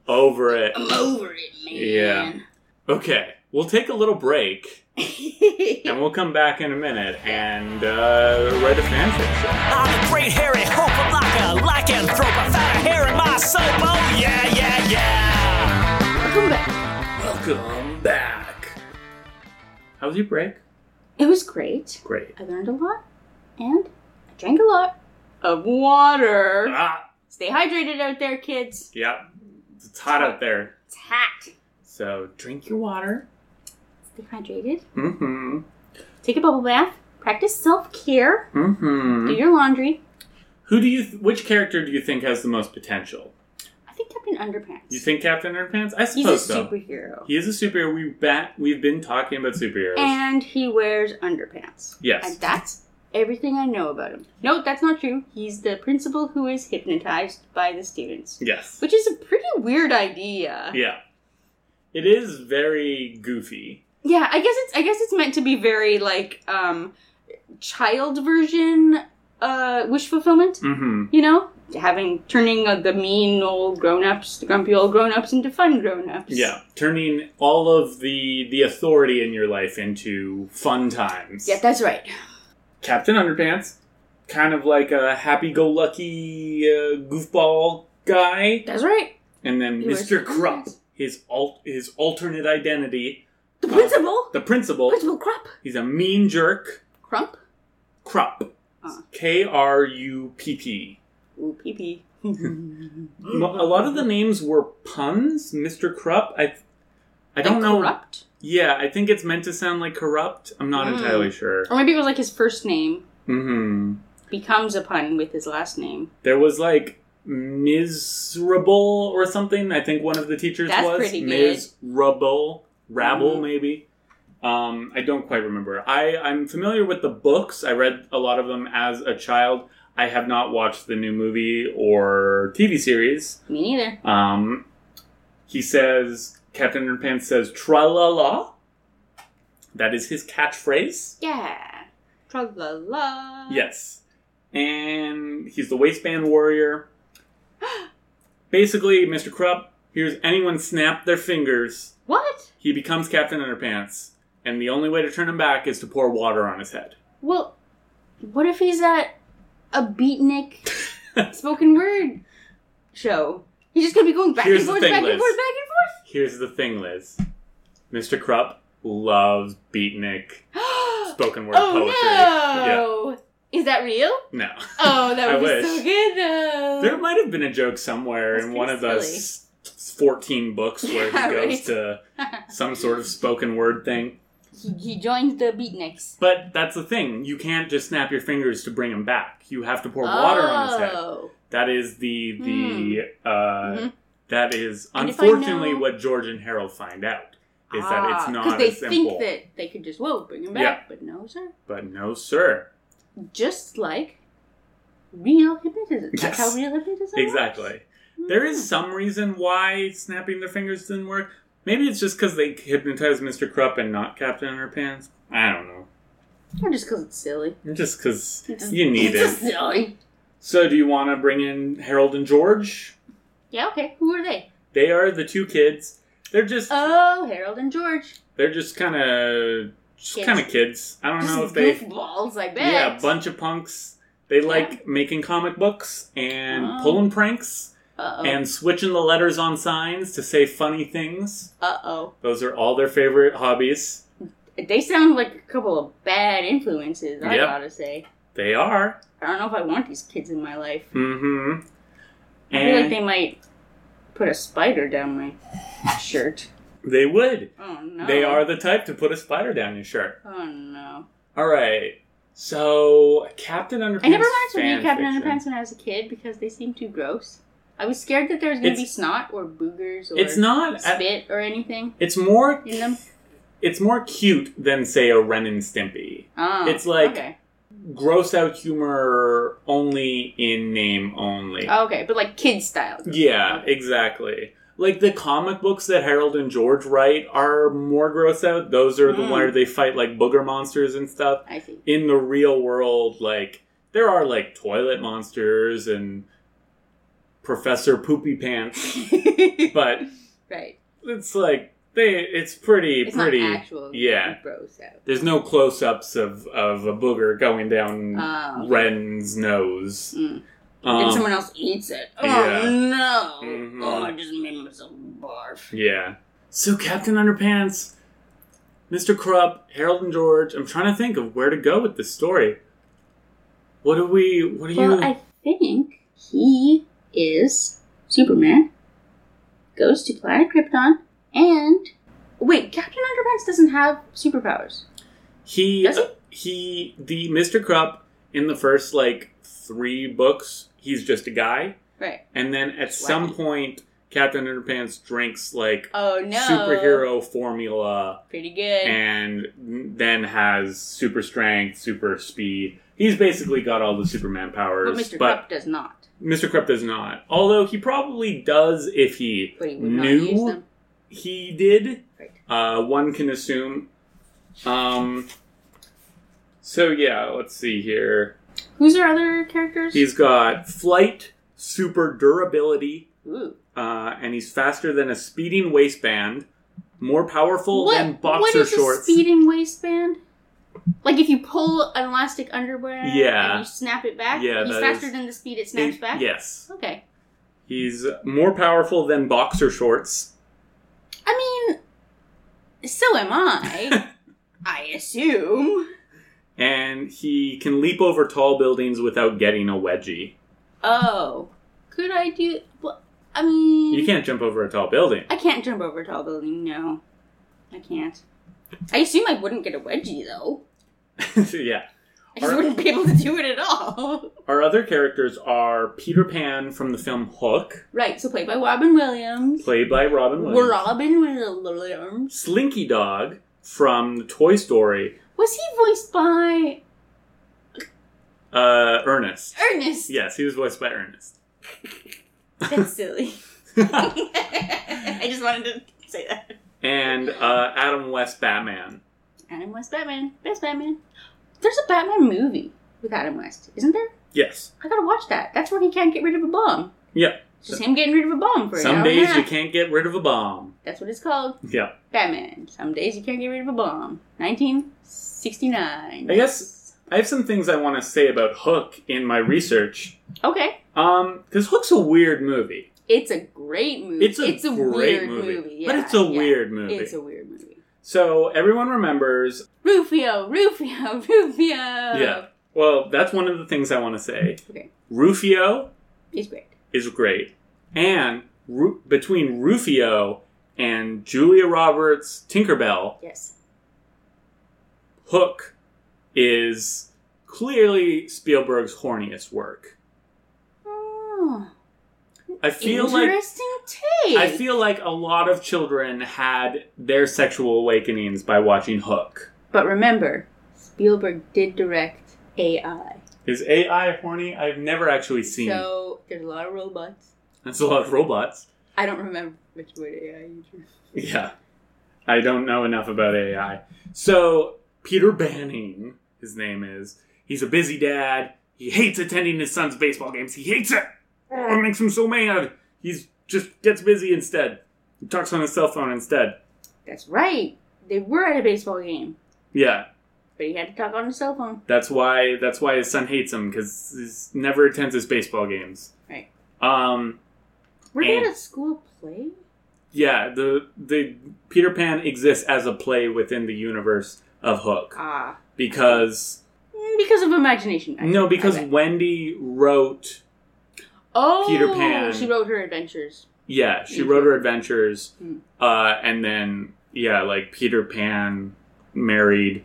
S3: over it.
S2: I'm over it, man.
S3: Okay, we'll take a little break,
S2: Yeah.
S3: and we'll come back in a minute and uh, write a fanfiction.
S1: I'm a great hairy hope I'm like a lycanthrope. I've had a hair in my soap. Oh, yeah, yeah, yeah.
S2: Welcome back.
S3: Welcome back. How was your break?
S2: It was great.
S3: Great.
S2: I learned a lot, and I drank a lot of water.
S3: Ah,
S2: Stay hydrated out there, kids.
S3: yeah. It's hot out there,
S2: It's hot.
S3: so drink your water.
S2: Stay hydrated.
S3: Mm-hmm.
S2: Take a bubble bath. Practice self care.
S3: Mm-hmm.
S2: Do your laundry.
S3: Who do you? Th- which character do you think has the most potential?
S2: I think Captain Underpants.
S3: You think Captain Underpants? I
S2: He's a
S3: suppose so.
S2: superhero.
S3: He is a superhero. We've bat- We've been talking about superheroes.
S2: And he wears underpants.
S3: Yes.
S2: And that's everything I know about him. No, that's not true. He's the principal who is hypnotized by the students,
S3: yes.
S2: which is a pretty weird idea.
S3: Yeah. It is very goofy.
S2: Yeah, I guess it's I guess it's meant to be very like um child version uh wish fulfillment,
S3: Mm-hmm.
S2: you know? Having turning uh, the mean old grown-ups, the grumpy old grown-ups into fun grown-ups.
S3: Yeah, turning all of the the authority in your life into fun times.
S2: Yeah, that's right.
S3: Captain Underpants, kind of like a happy-go-lucky uh, goofball guy,
S2: That's right.
S3: and then
S2: He wears
S3: Mr. Krupp,
S2: underpants.
S3: his alt his alternate identity,
S2: The principal,
S3: the principal.
S2: principal Crump,
S3: He's a mean jerk.
S2: Crump,
S3: Krupp,
S2: Ah.
S3: K R U P P.
S2: ooh pee pee.
S3: Mo- A lot of the names were puns. Mr. Krupp, I I don't
S2: Like
S3: know.
S2: Corrupt?
S3: Yeah, I think it's meant to sound like corrupt. I'm not
S2: Mm.
S3: entirely sure.
S2: Or maybe it was like his first name
S3: hmm
S2: becomes a pun with his last name.
S3: There was like miserable or something. I think one of the teachers
S2: That's
S3: was
S2: pretty good.
S3: miserable, rabble
S2: Mhm.
S3: maybe. Um, I don't quite remember. I I'm familiar with the books. I read a lot of them as a child. I have not watched the new movie or TV series.
S2: Me neither.
S3: Um, he says Captain Underpants says tra la la. That is his catchphrase.
S2: Yeah. Tra la la.
S3: Yes. And he's the waistband warrior. Basically, Mr. Krupp hears anyone snap their fingers,
S2: What?
S3: he becomes Captain Underpants, and the only way to turn him back is to pour water on his head.
S2: Well, what if he's at a beatnik spoken word show? He's just gonna be going back
S3: Here's
S2: and
S3: the
S2: forth,
S3: thing,
S2: back
S3: Liz.
S2: and forth, back
S3: Here's the thing, Liz. Mr. Krupp loves beatnik
S2: and forth.
S3: spoken word poetry. Yeah.
S2: oh no! Is that real?
S3: No.
S2: Oh, that
S3: I
S2: would be
S3: wish.
S2: so good though.
S3: There might have been a joke somewhere
S2: That's
S3: in one of
S2: pretty
S3: those s- 14 books where
S2: Yeah,
S3: he goes
S2: right.
S3: to some sort of spoken word thing.
S2: he, he joined the beatniks.
S3: But that's the thing. You can't just snap your fingers to bring him back. You have to pour water on his head.
S2: Oh.
S3: That is the the uh,
S2: Mhm.
S3: that is
S2: And if I
S3: unfortunately
S2: know-
S3: what George and Harold find out is that
S2: Ah,
S3: it's
S2: 'cause
S3: not
S2: they
S3: as simple.
S2: think that they could just whoa bring him back,
S3: Yeah.
S2: but no, sir.
S3: But no, sir.
S2: Just like real hypnotism.
S3: Yes.
S2: That's how real hypnotism. works.
S3: Exactly. There is some reason why snapping their fingers didn't work. Maybe it's just because they hypnotized Mr. Krupp and not Captain Underpants. I don't know.
S2: Or Hmm. just because it's silly.
S3: Just because
S2: It's-
S3: you need
S2: it's just
S3: it.
S2: silly.
S3: So, do you want to bring in Harold and George?
S2: Yeah, okay. Who are they?
S3: They are the two kids. They're just
S2: Oh, Harold and George.
S3: they're just kind of just
S2: Kids.
S3: kind of kids. I don't know
S2: Just
S3: if they
S2: goofballs, I bet.
S3: yeah a bunch of punks. They like making comic books and
S2: Oh.
S3: pulling pranks
S2: Uh-oh.
S3: and switching the letters on signs to say funny things.
S2: Uh-oh.
S3: Those are all their favorite hobbies.
S2: They sound like a couple of bad influences, I
S3: Yep.
S2: gotta say.
S3: They are.
S2: I don't know if I want these kids in my life.
S3: Mm-hmm.
S2: I feel like
S3: And
S2: they might put a spider down my shirt.
S3: they would.
S2: Oh, no.
S3: They are the type to put a spider down your shirt.
S2: Oh, no.
S3: All right. So Captain Underpants.
S2: I never wanted to read
S3: fan
S2: Captain
S3: fiction.
S2: Underpants when I was a kid because they seemed too gross. I was scared that there was going to
S3: It's-
S2: be snot or boogers or
S3: It's not.
S2: spit or anything
S3: It's more.
S2: in them.
S3: It's more cute than say a Ren and Stimpy.
S2: Oh,
S3: It's like-
S2: okay.
S3: Gross out humor only in name only.
S2: Oh, Okay, but like kid style.
S3: Yeah,
S2: Okay.
S3: exactly. Like the comic books that Harold and George write are more gross out. Those are the
S2: Mm.
S3: ones where they fight like booger monsters and stuff.
S2: I see.
S3: In the real world, like there are like toilet monsters and Professor Poopy Pants, but
S2: right.
S3: it's like they it's pretty
S2: It's
S3: pretty
S2: not actual
S3: yeah.
S2: bros out.
S3: There's no close ups of, of a booger going down
S2: Oh, okay.
S3: Ren's nose.
S2: Mm.
S3: Mm, Um,
S2: and someone else eats it. Oh
S3: yeah.
S2: no!
S3: Mhm.
S2: Oh, I just made myself barf.
S3: Yeah. So Captain Underpants, Mr. Krupp, Harold and George. I'm trying to think of where to go with this story. What do we? What do
S2: Well,
S3: you?
S2: I think he is Superman. Goes to planet Krypton and wait, Captain Underpants doesn't have superpowers.
S3: he uh,
S2: Does he?
S3: he the Mr. Krupp in the first like three books. He's just a guy,
S2: Right.
S3: and then at
S2: Just
S3: some
S2: wacky.
S3: point, Captain Underpants drinks like
S2: Oh no!
S3: superhero formula,
S2: Pretty good.
S3: and then has super strength, super speed. He's basically got all the Superman powers,
S2: but Mr.
S3: but
S2: Cup does not.
S3: Mr. Krupp does not. Although he probably does if he,
S2: But he would not use
S3: knew
S2: them.
S3: he did.
S2: Right.
S3: Uh, one can assume. Um, so yeah, let's see here.
S2: Who's our other characters?
S3: He's got flight, super durability,
S2: Ooh.
S3: uh, and he's faster than a speeding waistband, more powerful than boxer
S2: what is
S3: shorts.
S2: a speeding waistband? Like if you pull an elastic underwear
S3: Yeah.
S2: and you snap it back,
S3: Yeah,
S2: he's
S3: that
S2: faster
S3: is-
S2: than the speed it
S3: He-
S2: snaps back?
S3: Yes,
S2: Okay.
S3: he's more powerful than boxer shorts.
S2: I mean, so am I. I assume.
S3: and he can leap over tall buildings without getting a wedgie.
S2: Oh. Could I do... Well, I mean...
S3: You can't jump over a tall building.
S2: I can't jump over a tall building, no. I can't. I assume I wouldn't get a wedgie, though.
S3: yeah.
S2: I just
S3: Or-
S2: wouldn't be able to do it at all.
S3: Our other characters are Peter Pan from the film Hook,
S2: right, so played by Robin Williams.
S3: played by Robin Williams.
S2: Robin Williams.
S3: Slinky Dog from the Toy Story,
S2: Was he voiced by
S3: uh, Ernest.
S2: Ernest?
S3: Yes, he was voiced by Ernest.
S2: That's silly. I just wanted to say that.
S3: and uh, Adam West Batman.
S2: Adam West Batman. Best Batman. There's a Batman movie with Adam West, isn't there?
S3: Yes.
S2: I gotta watch that. That's where he can't get rid of a bomb.
S3: Yeah.
S2: It's just him getting rid of a bomb for an hour
S3: Some
S2: and a
S3: days you
S2: half.
S3: can't get rid of a bomb.
S2: That's what it's called.
S3: Yeah.
S2: Batman. Some days you can't get rid of a bomb. 1969.
S3: I guess I have some things I want to say about Hook in my research.
S2: Okay.
S3: Um, because Hook's a weird movie.
S2: It's a great movie.
S3: It's a, great
S2: weird
S3: movie,
S2: Yeah,
S3: but it's a
S2: yeah.
S3: weird movie.
S2: It's a weird movie.
S3: so everyone remembers
S2: Rufio, Rufio, Rufio.
S3: Yeah. Well, that's one of the things I want to say.
S2: Uh, Okay.
S3: Rufio
S2: It's great.
S3: is great. And Ru- between Rufio and Julia Roberts Tinkerbell,
S2: Yes.
S3: Hook is clearly Spielberg's horniest work.
S2: Oh,
S3: I feel like
S2: interesting take.
S3: I feel like a lot of children had their sexual awakenings by watching Hook.
S2: but remember, Spielberg did direct AI.
S3: Is AI horny? I've never actually seen.
S2: So there's a lot of robots.
S3: That's a lot of robots.
S2: I don't remember which word AI you drew.
S3: Yeah. I don't know enough about AI. So, Peter Banning, his name is, he's a busy dad. He hates attending his son's baseball games. He hates it. Oh, it makes him so mad. He's just gets busy instead. He talks on his cell phone instead.
S2: That's right. They were at a baseball game,
S3: Yeah,
S2: but he had to talk on his cell phone.
S3: that's why that's why his son hates him because he never attends his baseball games.
S2: Right.
S3: Um,
S2: Were they at
S3: And-
S2: a school play?
S3: Yeah, the the Peter Pan exists as a play within the universe of Hook
S2: Ah,
S3: because
S2: Mm, because of imagination. I
S3: no,
S2: think.
S3: because
S2: I bet.
S3: Wendy wrote
S2: oh,
S3: Peter Pan-
S2: She wrote her adventures.
S3: yeah, she
S2: Mm-hmm.
S3: wrote her adventures
S2: Hmm.
S3: uh and then yeah, like Peter Pan married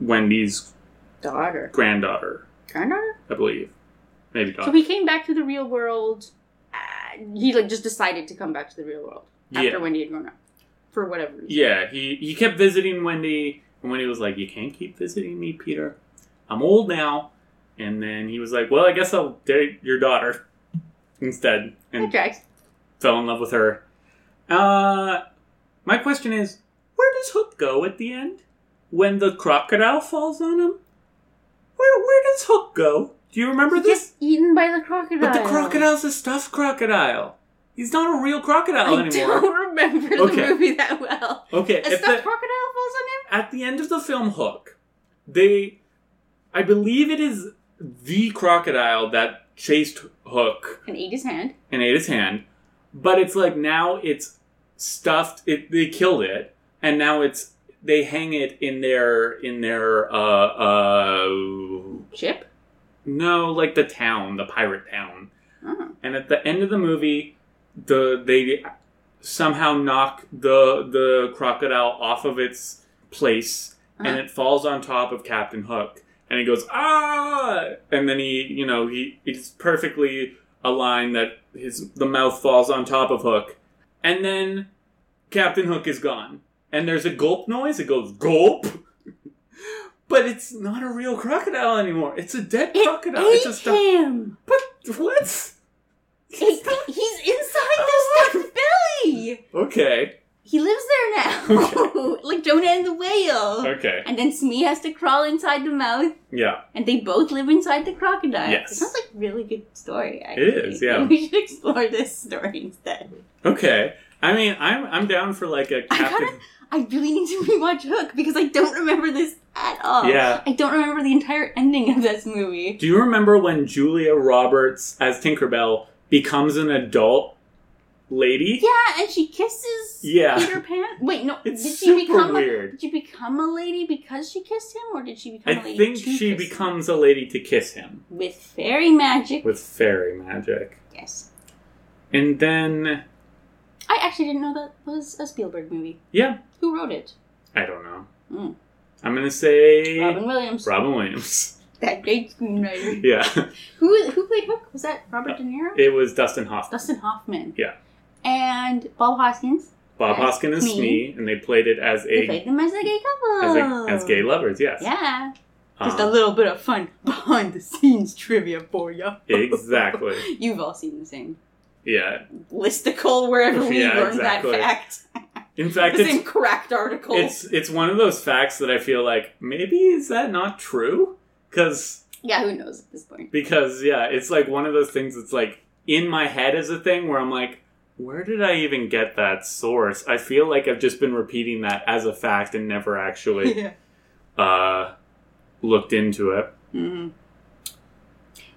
S3: Wendy's
S2: Daughter,
S3: granddaughter,
S2: granddaughter.
S3: I believe. Maybe
S2: So
S3: daughter.
S2: he came back to the real world. Uh, he like just decided to come back to the real world after
S3: Yeah.
S2: Wendy had grown up, for whatever reason.
S3: Yeah, he he kept visiting Wendy, and Wendy was like, "You can't keep visiting me, Peter. I'm old now." And then he was like, "Well, I guess I'll date your daughter instead," and
S2: Okay.
S3: fell in love with her. Uh, my question is, where does Hook go at the end when the crocodile falls on him? Where where does Hook go? Do you remember
S2: He
S3: this?
S2: gets eaten by the crocodile.
S3: But the crocodile's a stuffed crocodile. He's not a real crocodile
S2: I
S3: anymore.
S2: don't remember
S3: Okay.
S2: the movie that well.
S3: Okay,
S2: A
S3: if
S2: stuffed
S3: the-
S2: crocodile falls on him.
S3: at the end of the film Hook, they, I believe it is the crocodile that chased Hook
S2: and ate his hand.
S3: and ate his hand, but it's like now it's stuffed. It they killed it, and now it's they hang it in their in their uh uh
S2: Chip.
S3: no like the town the pirate town,
S2: Oh.
S3: and at the end of the movie, the they somehow knock the the crocodile off of its place, and
S2: Uh-huh.
S3: it falls on top of Captain Hook, and he goes ah, and then he you know he it's perfectly aligned that his the mouth falls on top of Hook, and then Captain Hook is gone, and there's a gulp noise. It goes gulp. But it's not a real crocodile anymore. It's a dead
S2: It
S3: crocodile.
S2: ate
S3: it's a stuffed.
S2: him.
S3: But what?
S2: It- he's inside the stuffed belly.
S3: Okay.
S2: He lives there now, like Jonah and the whale.
S3: Okay.
S2: And then Smee has to crawl inside the mouth,
S3: Yeah.
S2: and they both live inside the crocodile.
S3: Yes.
S2: it sounds like a really good story. Actually.
S3: is, yeah.
S2: Maybe we should explore this story instead.
S3: Okay. I mean, I'm I'm down for like a
S2: I
S3: captain.
S2: kinda- I really need to rewatch Hook because I don't remember this at all.
S3: Yeah.
S2: I don't remember the entire ending of this movie.
S3: Do you remember when Julia Roberts as Tinkerbell becomes an adult lady?
S2: Yeah, and she kisses
S3: Yeah.
S2: Peter Pan. Wait, no,
S3: It's
S2: did she
S3: super
S2: become A,
S3: weird.
S2: did she become a lady because she kissed him, or did she become
S3: I
S2: a lady?
S3: think
S2: to
S3: she
S2: kiss him?
S3: becomes a lady to kiss him
S2: with fairy magic.
S3: with fairy magic.
S2: yes,
S3: And then
S2: I actually didn't know that was a Spielberg movie.
S3: yeah,
S2: Who wrote it?
S3: I don't know.
S2: Mm.
S3: I'm going to say
S2: Robin Williams,
S3: Robin Williams.
S2: that great screenwriter.
S3: yeah.
S2: who who played Hook? Was that Robert De Niro?
S3: It was Dustin Hoffman.
S2: Dustin Hoffman.
S3: Yeah.
S2: And Bob Hoskins.
S3: Bob
S2: That's
S3: Hoskin and
S2: me.
S3: Smee and they played it as
S2: They
S3: a
S2: played them as a gay
S3: as,
S2: couple.
S3: a, as gay lovers, yes.
S2: Oh. Yeah. Just a
S3: Um,
S2: little bit of fun behind the scenes trivia for you.
S3: exactly.
S2: You've all seen the same
S3: Yeah.
S2: listicle wherever we
S3: Yeah,
S2: learned
S3: exactly.
S2: that fact.
S3: In
S2: the
S3: fact, it's
S2: same cracked article.
S3: It's it's one of those facts that I feel like maybe is that not true? Because
S2: yeah, who knows at this point?
S3: because yeah, it's like one of those things. that's like in my head as a thing where I'm like, where did I even get that source? I feel like I've just been repeating that as a fact and never actually
S2: Yeah.
S3: uh, looked into it.
S2: Mm-hmm.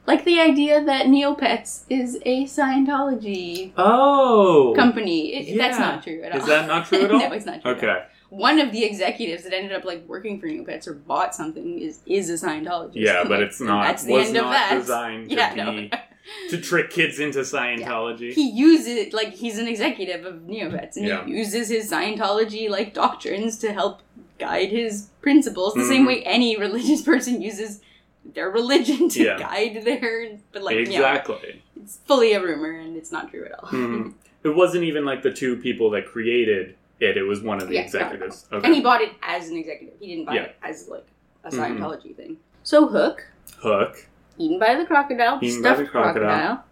S2: Like the idea that Neopets is a Scientology
S3: Oh,
S2: company. It, That's
S3: Yeah.
S2: not true at all.
S3: Is that not true at all?
S2: no, it's not true. at all.
S3: okay.
S2: One of the executives that ended up like working for Neopets or bought something is is a Scientologist.
S3: Yeah,
S2: Like,
S3: but it's not.
S2: That's the
S3: was
S2: end
S3: not
S2: of that.
S3: designed to
S2: yeah,
S3: be
S2: no.
S3: to trick kids into Scientology.
S2: he uses like he's an executive of Neopets, and
S3: Yeah.
S2: he uses his Scientology like doctrines to help guide his principles. The same
S3: Mhm.
S2: way any religious person uses their religion to
S3: Yeah.
S2: guide their, but like yeah,
S3: exactly.
S2: it's fully a rumor and it's not true at all.
S3: Mhm. It wasn't even like the two people that created it. It was one of the
S2: Yeah, no,
S3: executives.
S2: And he
S3: Okay.
S2: bought it as an executive. He didn't buy
S3: Yeah.
S2: it as like a
S3: Mhm.
S2: Scientology thing. So Hook,
S3: Hook.
S2: eaten by the crocodile,
S3: Eaten by
S2: stuffed
S3: the crocodile.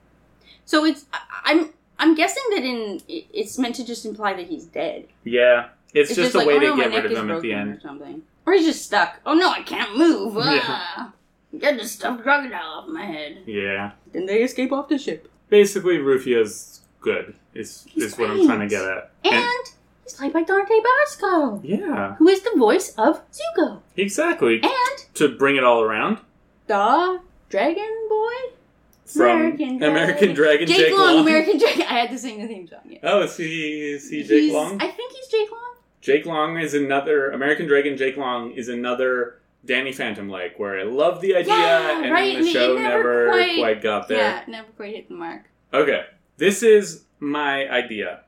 S2: So it's I, I'm I'm guessing that in it- it's meant to just imply that he's dead.
S3: Yeah. It's, just, a
S2: like,
S3: way
S2: oh, no,
S3: to
S2: my
S3: get rid
S2: neck
S3: of
S2: is
S3: them at the
S2: broken
S3: end.
S2: or something. Or he's just stuck. Oh no, I can't move.
S3: Yeah.
S2: Ah, Get the stuffed crocodile off my head.
S3: Yeah.
S2: Then they escape off the ship,
S3: Basically, Rufio's good. Is
S2: He's
S3: is what I'm
S2: great.
S3: trying to get at.
S2: and, he's played by Dante Basco,
S3: yeah.
S2: who is the voice of Zuko
S3: Exactly.
S2: and
S3: to bring it all around.
S2: the Dragon Boy,
S3: From
S2: American Dragon,
S3: American Dragon
S2: Jake,
S3: Jake
S2: Long,
S3: Long.
S2: American Dragon. I had to sing the theme song. Yeah.
S3: Oh, is he, is he Jake
S2: He's-
S3: Long?
S2: I think he's Jake Long.
S3: Jake Long is another American Dragon. Jake Long is another Danny Phantom like where I love the idea
S2: Yeah,
S3: and
S2: right,
S3: then
S2: and
S3: the
S2: it
S3: show
S2: never
S3: never,
S2: quite-
S3: quite, got there.
S2: Yeah, never quite hit the mark.
S3: Okay, this is my idea.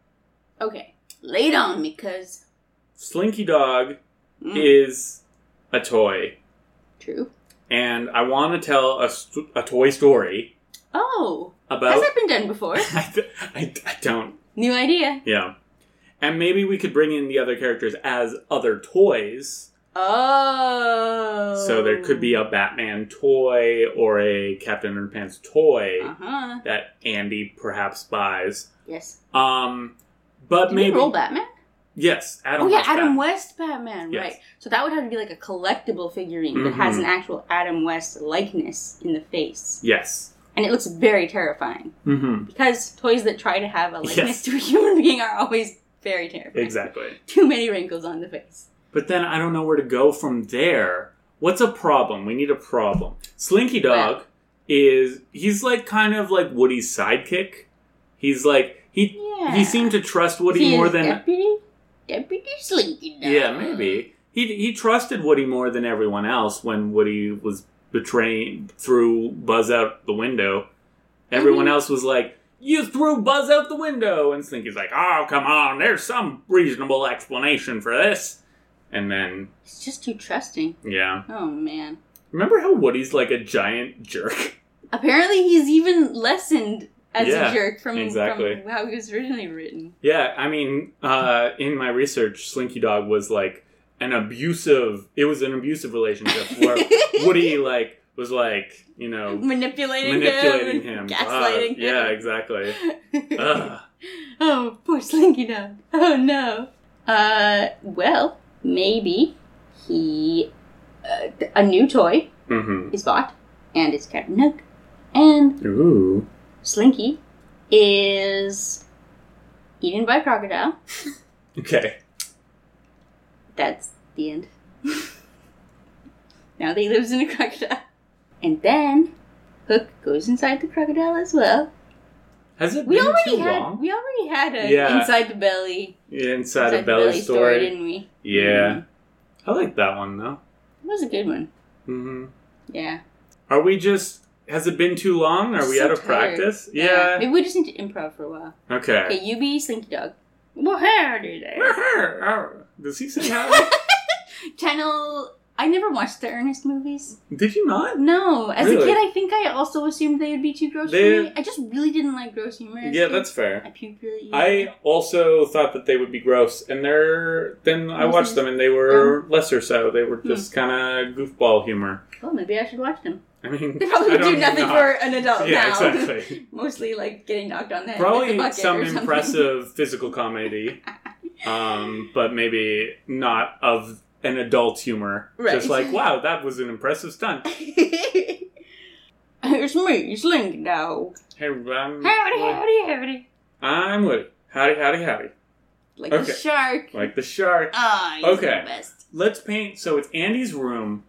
S2: Okay, lay it on because
S3: Slinky Dog
S2: mm,
S3: is a toy,
S2: true.
S3: and I want to tell a, st- a toy story
S2: Oh, has
S3: about.
S2: that been done before?
S3: I, th- I, I don't.
S2: New idea.
S3: Yeah, and maybe we could bring in the other characters as other toys.
S2: Oh.
S3: So there could be a Batman toy or a Captain Underpants toy.
S2: Uh huh.
S3: that Andy perhaps buys.
S2: Yes.
S3: Um, but
S2: Did we
S3: maybe
S2: roll Batman?
S3: yes, Adam.
S2: oh yeah,
S3: West
S2: Adam
S3: Bat-
S2: West Batman.
S3: Yes.
S2: Right. So that would have to be like a collectible figurine that has
S3: Mhm.
S2: an actual Adam West likeness in the face,
S3: Yes.
S2: and it looks very terrifying
S3: Mm-hmm.
S2: because toys that try to have a likeness
S3: Yes.
S2: to a human being are always very terrifying.
S3: Exactly.
S2: Too many wrinkles on the face.
S3: But then I don't know where to go from there. What's a problem? We need a problem. Slinky Dog is he's like kind of like Woody's sidekick. He's like he
S2: Yeah.
S3: he seemed to trust Woody
S2: He is
S3: more than
S2: deputy. Deputy Slinky. Dog.
S3: Yeah, maybe. He he trusted Woody more than everyone else when Woody was betraying threw Buzz out the window. Everyone
S2: Mhm.
S3: else was like, "You threw Buzz out the window," and Slinky's like, "Oh, come on, there's some reasonable explanation for this." And then,
S2: He's just too trusting.
S3: yeah,
S2: Oh man.
S3: remember how Woody's like a giant jerk?
S2: Apparently, he's even lessened as a
S3: Yeah,
S2: jerk from,
S3: exactly.
S2: from how he was originally written.
S3: yeah, I mean, uh, in my research, Slinky Dog was like an abusive. It was an abusive relationship where Woody like was like, you know,
S2: Manipulating,
S3: manipulating
S2: him,
S3: him,
S2: and
S3: Uh,
S2: gaslighting
S3: yeah,
S2: him.
S3: exactly.
S2: Yeah.
S3: Ugh.
S2: oh, poor Slinky Dog. Oh no. Uh, well, maybe he uh, a new toy
S3: hmm
S2: is bought, and it's Captain Hook, and
S3: Ooh.
S2: Slinky is eaten by a crocodile.
S3: Okay.
S2: That's the end. now they lives in a crocodile. And then Hook goes inside the crocodile as well.
S3: Has it
S2: We
S3: been
S2: already
S3: too
S2: had
S3: long?
S2: we already had a
S3: Yeah.
S2: inside the belly
S3: Inside, of Bella's story.
S2: didn't we? Mm.
S3: yeah.
S2: Mm-hmm.
S3: I like that one though.
S2: It was a good one.
S3: hmm
S2: Yeah.
S3: Are we just? Has it been too long? Are we
S2: So
S3: out of
S2: tired.
S3: practice? Yeah.
S2: Maybe we just need to improv for a while.
S3: Okay.
S2: Okay, you be Slinky Dog. Well, howdy there.
S3: Does he say how?
S2: Channel. I never watched the Ernest movies.
S3: Did you not?
S2: No, as a
S3: Really?
S2: kid, I think I also assumed they would be too gross
S3: They're-
S2: for me. I just really didn't like gross humor. as a
S3: Yeah,
S2: kid.
S3: that's fair.
S2: I puked really. easily.
S3: I also thought that they would be gross, and they're then I
S2: Gross
S3: watched
S2: is- Hmm.
S3: them, and they were lesser so. They were just kind of goofball humor.
S2: Well, maybe I should watch them.
S3: I mean,
S2: They probably
S3: I
S2: do
S3: don't
S2: nothing
S3: know.
S2: for an adult
S3: yeah,
S2: now.
S3: exactly.
S2: Mostly like getting knocked on the head. with a
S3: Probably
S2: bucket
S3: some
S2: or something.
S3: impressive physical comedy, um, but maybe not of an adult humor.
S2: Right.
S3: Just like, wow, that was an impressive stunt.
S2: It's me, Slinky Dog.
S3: Hey, I'm
S2: Howdy,
S3: Woody.
S2: howdy, howdy.
S3: I'm Woody. Howdy, howdy, howdy.
S2: Like
S3: Okay.
S2: the shark.
S3: Like the shark.
S2: Ah, he's
S3: Okay.
S2: the best.
S3: Let's paint. So it's Andy's room,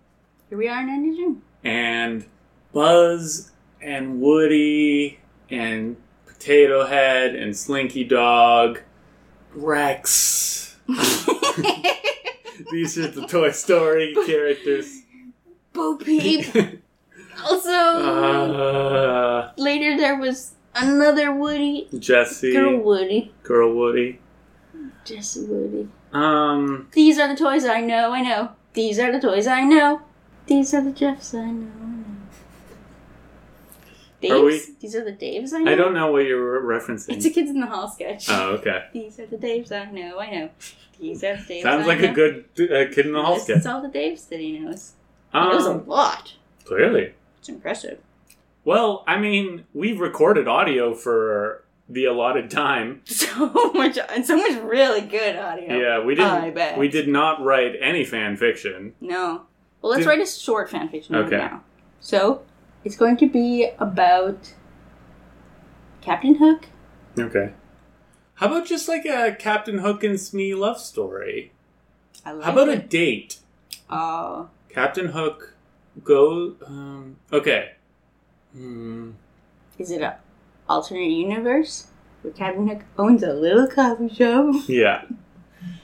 S2: Here we are in Andy's room.
S3: and Buzz and Woody and Potato Head and Slinky Dog, Rex. These are the Toy Story characters.
S2: Bo Peep. Also,
S3: uh,
S2: later there was another Woody. Girl
S3: Jesse,
S2: Woody.
S3: Girl Woody.
S2: Jesse Woody.
S3: Um,
S2: These are the toys I know, I know. These are the toys I know. These are the Jeffs I know. I know. Daves?
S3: Are we-
S2: These are the Daves I know.
S3: I don't know what you're referencing.
S2: It's a Kids in the Hall sketch.
S3: oh, okay.
S2: These are the Daves I know, I know. These are the Daves
S3: Sounds
S2: I
S3: like
S2: know.
S3: a good uh, kid in the hall
S2: This
S3: sketch.
S2: is all the Daves that he knows. He knows a
S3: Um,
S2: lot.
S3: clearly.
S2: It's impressive.
S3: Well, I mean, we've recorded audio for the allotted time.
S2: So much, and so much really good audio.
S3: Yeah, we didn't.
S2: I bet.
S3: We did not write any fan fiction.
S2: No. Well, let's
S3: Did-
S2: write a short fanfiction right
S3: Okay.
S2: now. So, it's going to be about Captain Hook.
S3: Okay. How about just like a Captain Hook and Smee love story?
S2: I like
S3: How about a
S2: it.
S3: date?
S2: Oh,
S3: Captain Hook go. Um, okay. Hmm.
S2: is it a alternate universe where Captain Hook owns a little coffee shop?
S3: Yeah.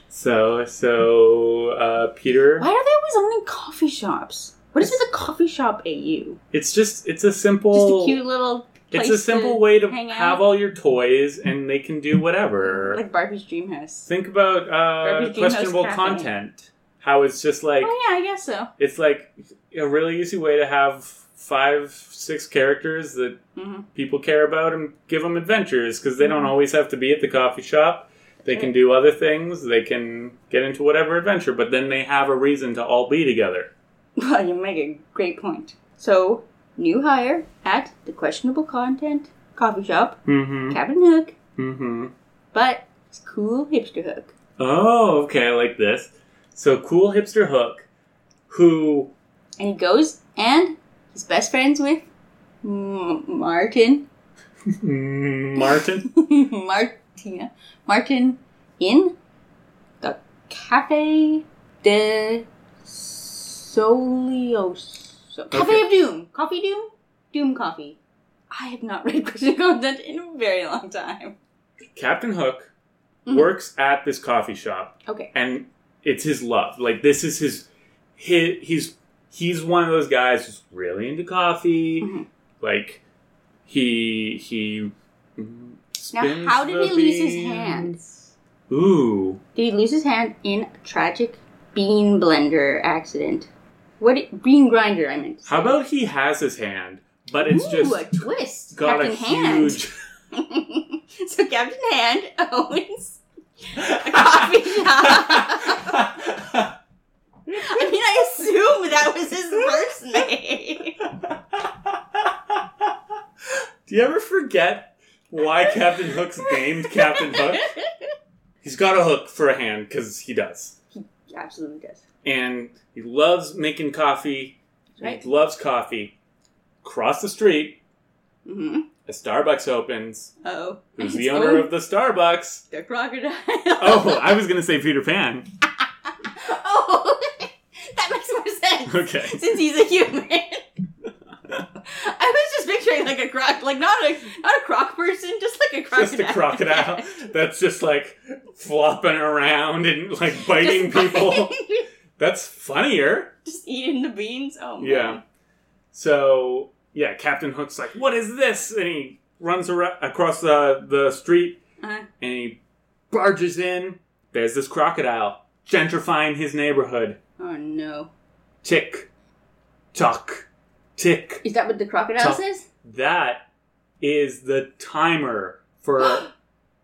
S3: So so uh, Peter.
S2: Why are they always owning coffee shops? What is with the coffee shop AU?
S3: It's just it's a
S2: Just
S3: simple.
S2: a cute little.
S3: it's
S2: place
S3: a simple way to
S2: hang
S3: have
S2: out.
S3: all your toys, and they can do whatever.
S2: like Barbie's dream house.
S3: Think
S2: Barbie
S3: about uh,
S2: Dreamhouse
S3: questionable
S2: Cafe.
S3: content. How it's just like
S2: oh yeah, I guess so.
S3: it's like a really easy way to have five, six characters that
S2: hmm
S3: people care about and give them adventures because they don't always have to be at the coffee shop. They can
S2: right.
S3: do other things. They can get into whatever adventure, but then they have a reason to all be together.
S2: Well, you make a great point. So, new hire at the questionable content coffee shop,
S3: Mm-hmm.
S2: Captain Hook,
S3: Mm-hmm.
S2: but it's cool hipster hook.
S3: Oh, okay. I like this. So cool hipster hook, who
S2: And he goes and he's best friends with M- Martin,
S3: Martin.
S2: Martina, Martin in the Cafe de Solios. Cafe
S3: Okay.
S2: of Doom. Coffee Doom? Doom Coffee. I have not read Christian content in a very long time.
S3: Captain Hook
S2: Mhm.
S3: works at this coffee shop,
S2: Okay.
S3: and it's his love. Like this is his, he he's he's one of those guys who's really into coffee.
S2: Mhm.
S3: Like he he. mm, spins
S2: Now, how did
S3: the
S2: he lose his
S3: beans.
S2: hands?
S3: Ooh,
S2: Did he lose his hand in a tragic bean blender accident? What i- bean grinder? I meant. to
S3: how
S2: say.
S3: about he has his hand, but it's
S2: Ooh,
S3: just
S2: a twist.
S3: got
S2: Captain
S3: a
S2: Hand.
S3: huge.
S2: so Captain Hand owns a coffee shop. I mean, I assume that was his first name.
S3: Do you ever forget why Captain Hook's named Captain Hook? He's got a hook for a hand because he does,
S2: He absolutely does.
S3: and he loves making coffee. and
S2: Right.
S3: He loves coffee. Across the street,
S2: Mm-hmm.
S3: a Starbucks opens.
S2: Oh.
S3: Who's the owner of the Starbucks?
S2: the crocodile?
S3: Oh, I was gonna say Peter Pan.
S2: Oh, that makes more sense.
S3: Okay.
S2: Since he's a human. I was just picturing like a croc, like not a not a croc person, just like a crocodile.
S3: Just a crocodile that's just like flopping around and like biting people. That's funnier.
S2: just eating the beans. Oh, man.
S3: Yeah. So yeah, Captain Hook's like, "What is this?" And he runs ar- across the the street
S2: Uh,
S3: and he barges in. There's this crocodile gentrifying his neighborhood.
S2: oh no.
S3: Tick, tock, tick.
S2: Is that what the crocodile
S3: Tough.
S2: says?
S3: That is the timer for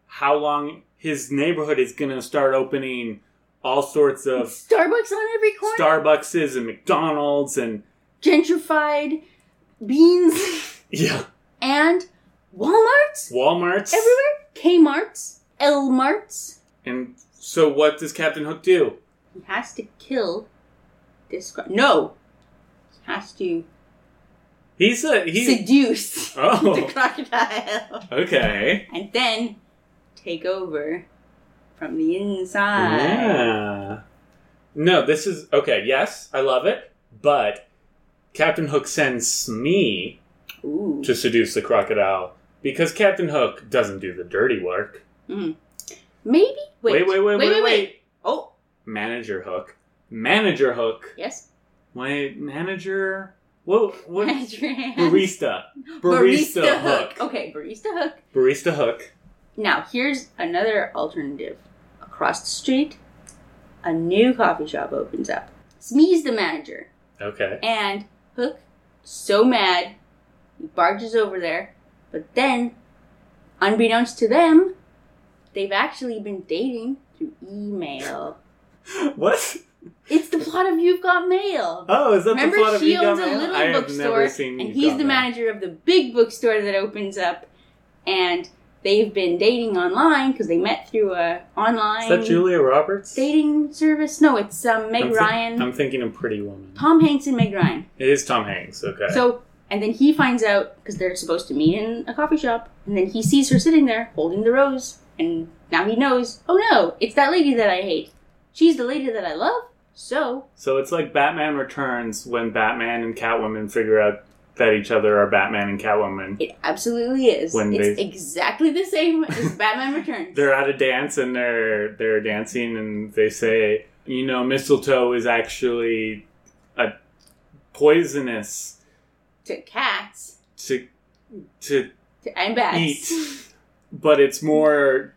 S3: how long his neighborhood is gonna start opening all sorts of
S2: Starbucks on every corner.
S3: Starbuckses and McDonald's and
S2: Gentrified beans
S3: yeah,
S2: and Walmarts
S3: WalMarts
S2: everywhere. Kmart's, Lmarts.
S3: And so, what does Captain Hook do?
S2: He has to kill this. Cro- no. He has to
S3: He's a he.
S2: seduce
S3: Oh.
S2: the crocodile,
S3: Okay.
S2: and then take over from the inside.
S3: Yeah. No, this is okay. Yes, I love it, but Captain Hook sends Smee
S2: Ooh.
S3: to seduce the crocodile because Captain Hook doesn't do the dirty work.
S2: Maybe.
S3: Wait, wait, wait, wait, wait.
S2: Oh,
S3: Manager Hook. Manager Hook.
S2: yes.
S3: Wait, manager. What? What?
S2: Manager hands.
S3: barista. Barista, Hook.
S2: Okay, barista hook.
S3: Barista Hook.
S2: Now, here's another alternative. Across the street, a new coffee shop opens up. Smee's the manager,
S3: Okay.
S2: and Hook, so mad, he barges over there, but then, unbeknownst to them, they've actually been dating through email.
S3: What?
S2: It's the plot of You've Got Mail!
S3: Oh, is that
S2: Remember,
S3: the plot of
S2: she
S3: You've Got
S2: owns a
S3: Mail?
S2: little
S3: I have
S2: bookstore,
S3: never seen
S2: and
S3: You've
S2: he's
S3: Got
S2: the
S3: Mail.
S2: manager of the big bookstore that opens up. And they've been dating online because they met through a online
S3: Is that Julia Roberts?
S2: dating service. No, it's um, Meg
S3: I'm thi-
S2: Ryan,
S3: I'm thinking of Pretty Woman.
S2: Tom Hanks, and Meg Ryan.
S3: It is Tom Hanks. Okay.
S2: So, and then he finds out because they're supposed to meet in a coffee shop, and then he sees her sitting there holding the rose, and now he knows. Oh no, it's that lady that I hate. She's the lady that I love. So
S3: So it's like Batman Returns when Batman and Catwoman figure out that each other are Batman and Catwoman.
S2: It absolutely is.
S3: When
S2: it's
S3: they-
S2: exactly the same as Batman Returns.
S3: They're at a dance and they're they're dancing and they say, you know, mistletoe is actually a poisonous
S2: to cats
S3: to to
S2: to, and bats.
S3: eat, but it's more.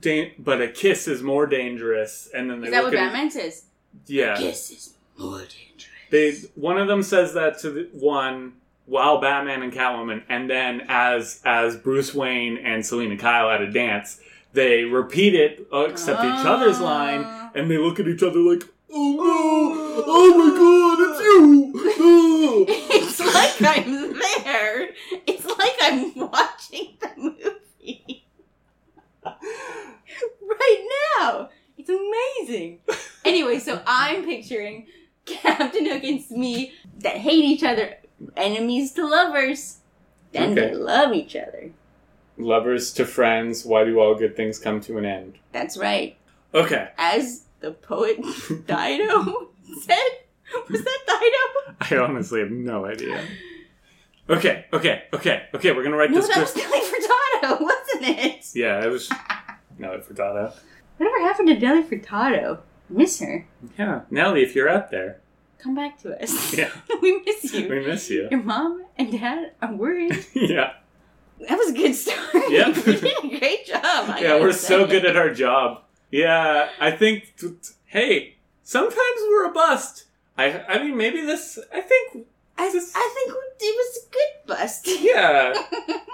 S3: Dan- but a kiss is more dangerous, and then they
S2: Is that
S3: look
S2: what
S3: at-
S2: Batman says?
S3: Yeah,
S2: This is more dangerous.
S3: They one of them says that to the one while Batman and Catwoman, and then as as Bruce Wayne and Selena Kyle at a dance, they repeat it uh, except each other's
S2: Ah.
S3: line, and they look at each other like, "Oh no! Oh my God! It's you!" Oh.
S2: It's like I'm there. It's like I'm watching the movie right now. It's amazing. Anyway, so I'm picturing Captain Hook and Smee that hate each other, enemies to lovers. Then
S3: Okay.
S2: they love each other.
S3: Lovers to friends, why do all good things come to an end?
S2: That's right.
S3: Okay,
S2: As the poet Dido said, was that Dido?
S3: I honestly have no idea. Okay, okay, okay, okay. We're gonna write
S2: No,
S3: this.
S2: that was
S3: Christmas.
S2: Nelly Furtado, wasn't it?
S3: Yeah, it was. No, I forgot that.
S2: Whatever happened to Nelly Furtado? Miss her.
S3: Yeah, Nellie, if you're out there,
S2: Come back to us.
S3: Yeah.
S2: we miss you.
S3: we miss you.
S2: Your mom and dad are worried.
S3: yeah,
S2: That was a good story.
S3: Yeah.
S2: you did a great job. I
S3: yeah, we're
S2: gotta
S3: so
S2: say.
S3: good at our job. Yeah, I think. t- t- hey, sometimes we're a bust. I, I mean, maybe this. I think.
S2: I, I think it was a good bust.
S3: Yeah,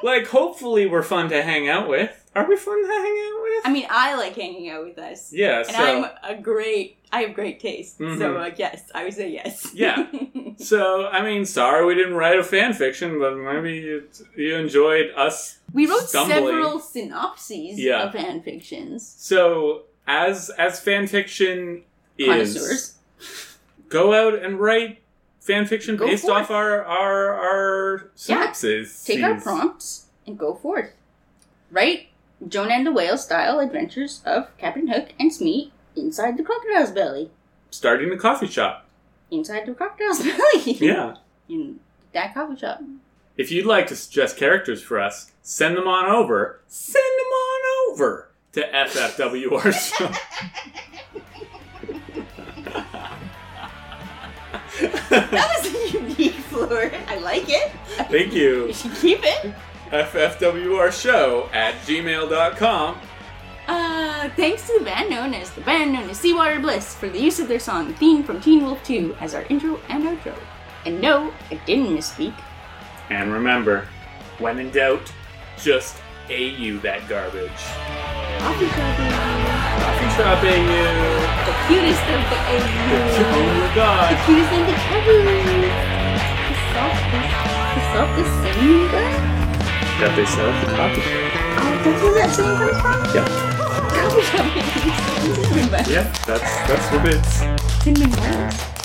S3: like hopefully we're fun to hang out with. Are we fun to hang out with?
S2: I mean, I like hanging out with us.
S3: yeah.
S2: And
S3: so
S2: I'm a great, I have great taste. So
S3: Mhm.
S2: uh, yes, I would say yes.
S3: Yeah. so I mean, sorry we didn't write a fan fiction, but maybe you, you enjoyed us
S2: we wrote
S3: Stumbling.
S2: several synopses
S3: Yeah.
S2: of fan fictions.
S3: So as as fan fiction is,
S2: Connoisseurs.
S3: go out and write fan fiction
S2: Go
S3: based
S2: forth.
S3: off our our our
S2: Yeah.
S3: synopsis.
S2: Take our prompts and go forth. Write Joan and the Whale style adventures of Captain Hook and Smee inside the crocodile's belly.
S3: Starting a coffee shop.
S2: Inside the crocodile's belly.
S3: Yeah.
S2: In that coffee shop.
S3: If you'd like to suggest characters for us, send them on over. Send them on over to FFWR.
S2: That was a unique floor. I like it.
S3: Thank you.
S2: We should keep it.
S3: FFWRshow at gmail.com.
S2: Uh, thanks to the band known as the band known as Seawater Bliss for the use of their song Theme from Teen Wolf 2 as our intro and outro. And no, I didn't misspeak.
S3: And remember, when in doubt, just AU that garbage.
S2: Coffee shop.
S3: Coffee shop AU.
S2: The cutest of the aliens.
S3: Oh my
S2: The
S3: god.
S2: cutest of the aliens. The softest. The softest singing guy?
S3: Got they sell the coffee
S2: Oh, that's where that singing comes from?
S3: Yeah.
S2: Coffee shop. Cinnamon buns.
S3: Yeah, that's that's what it's.
S2: Cinnamon buns.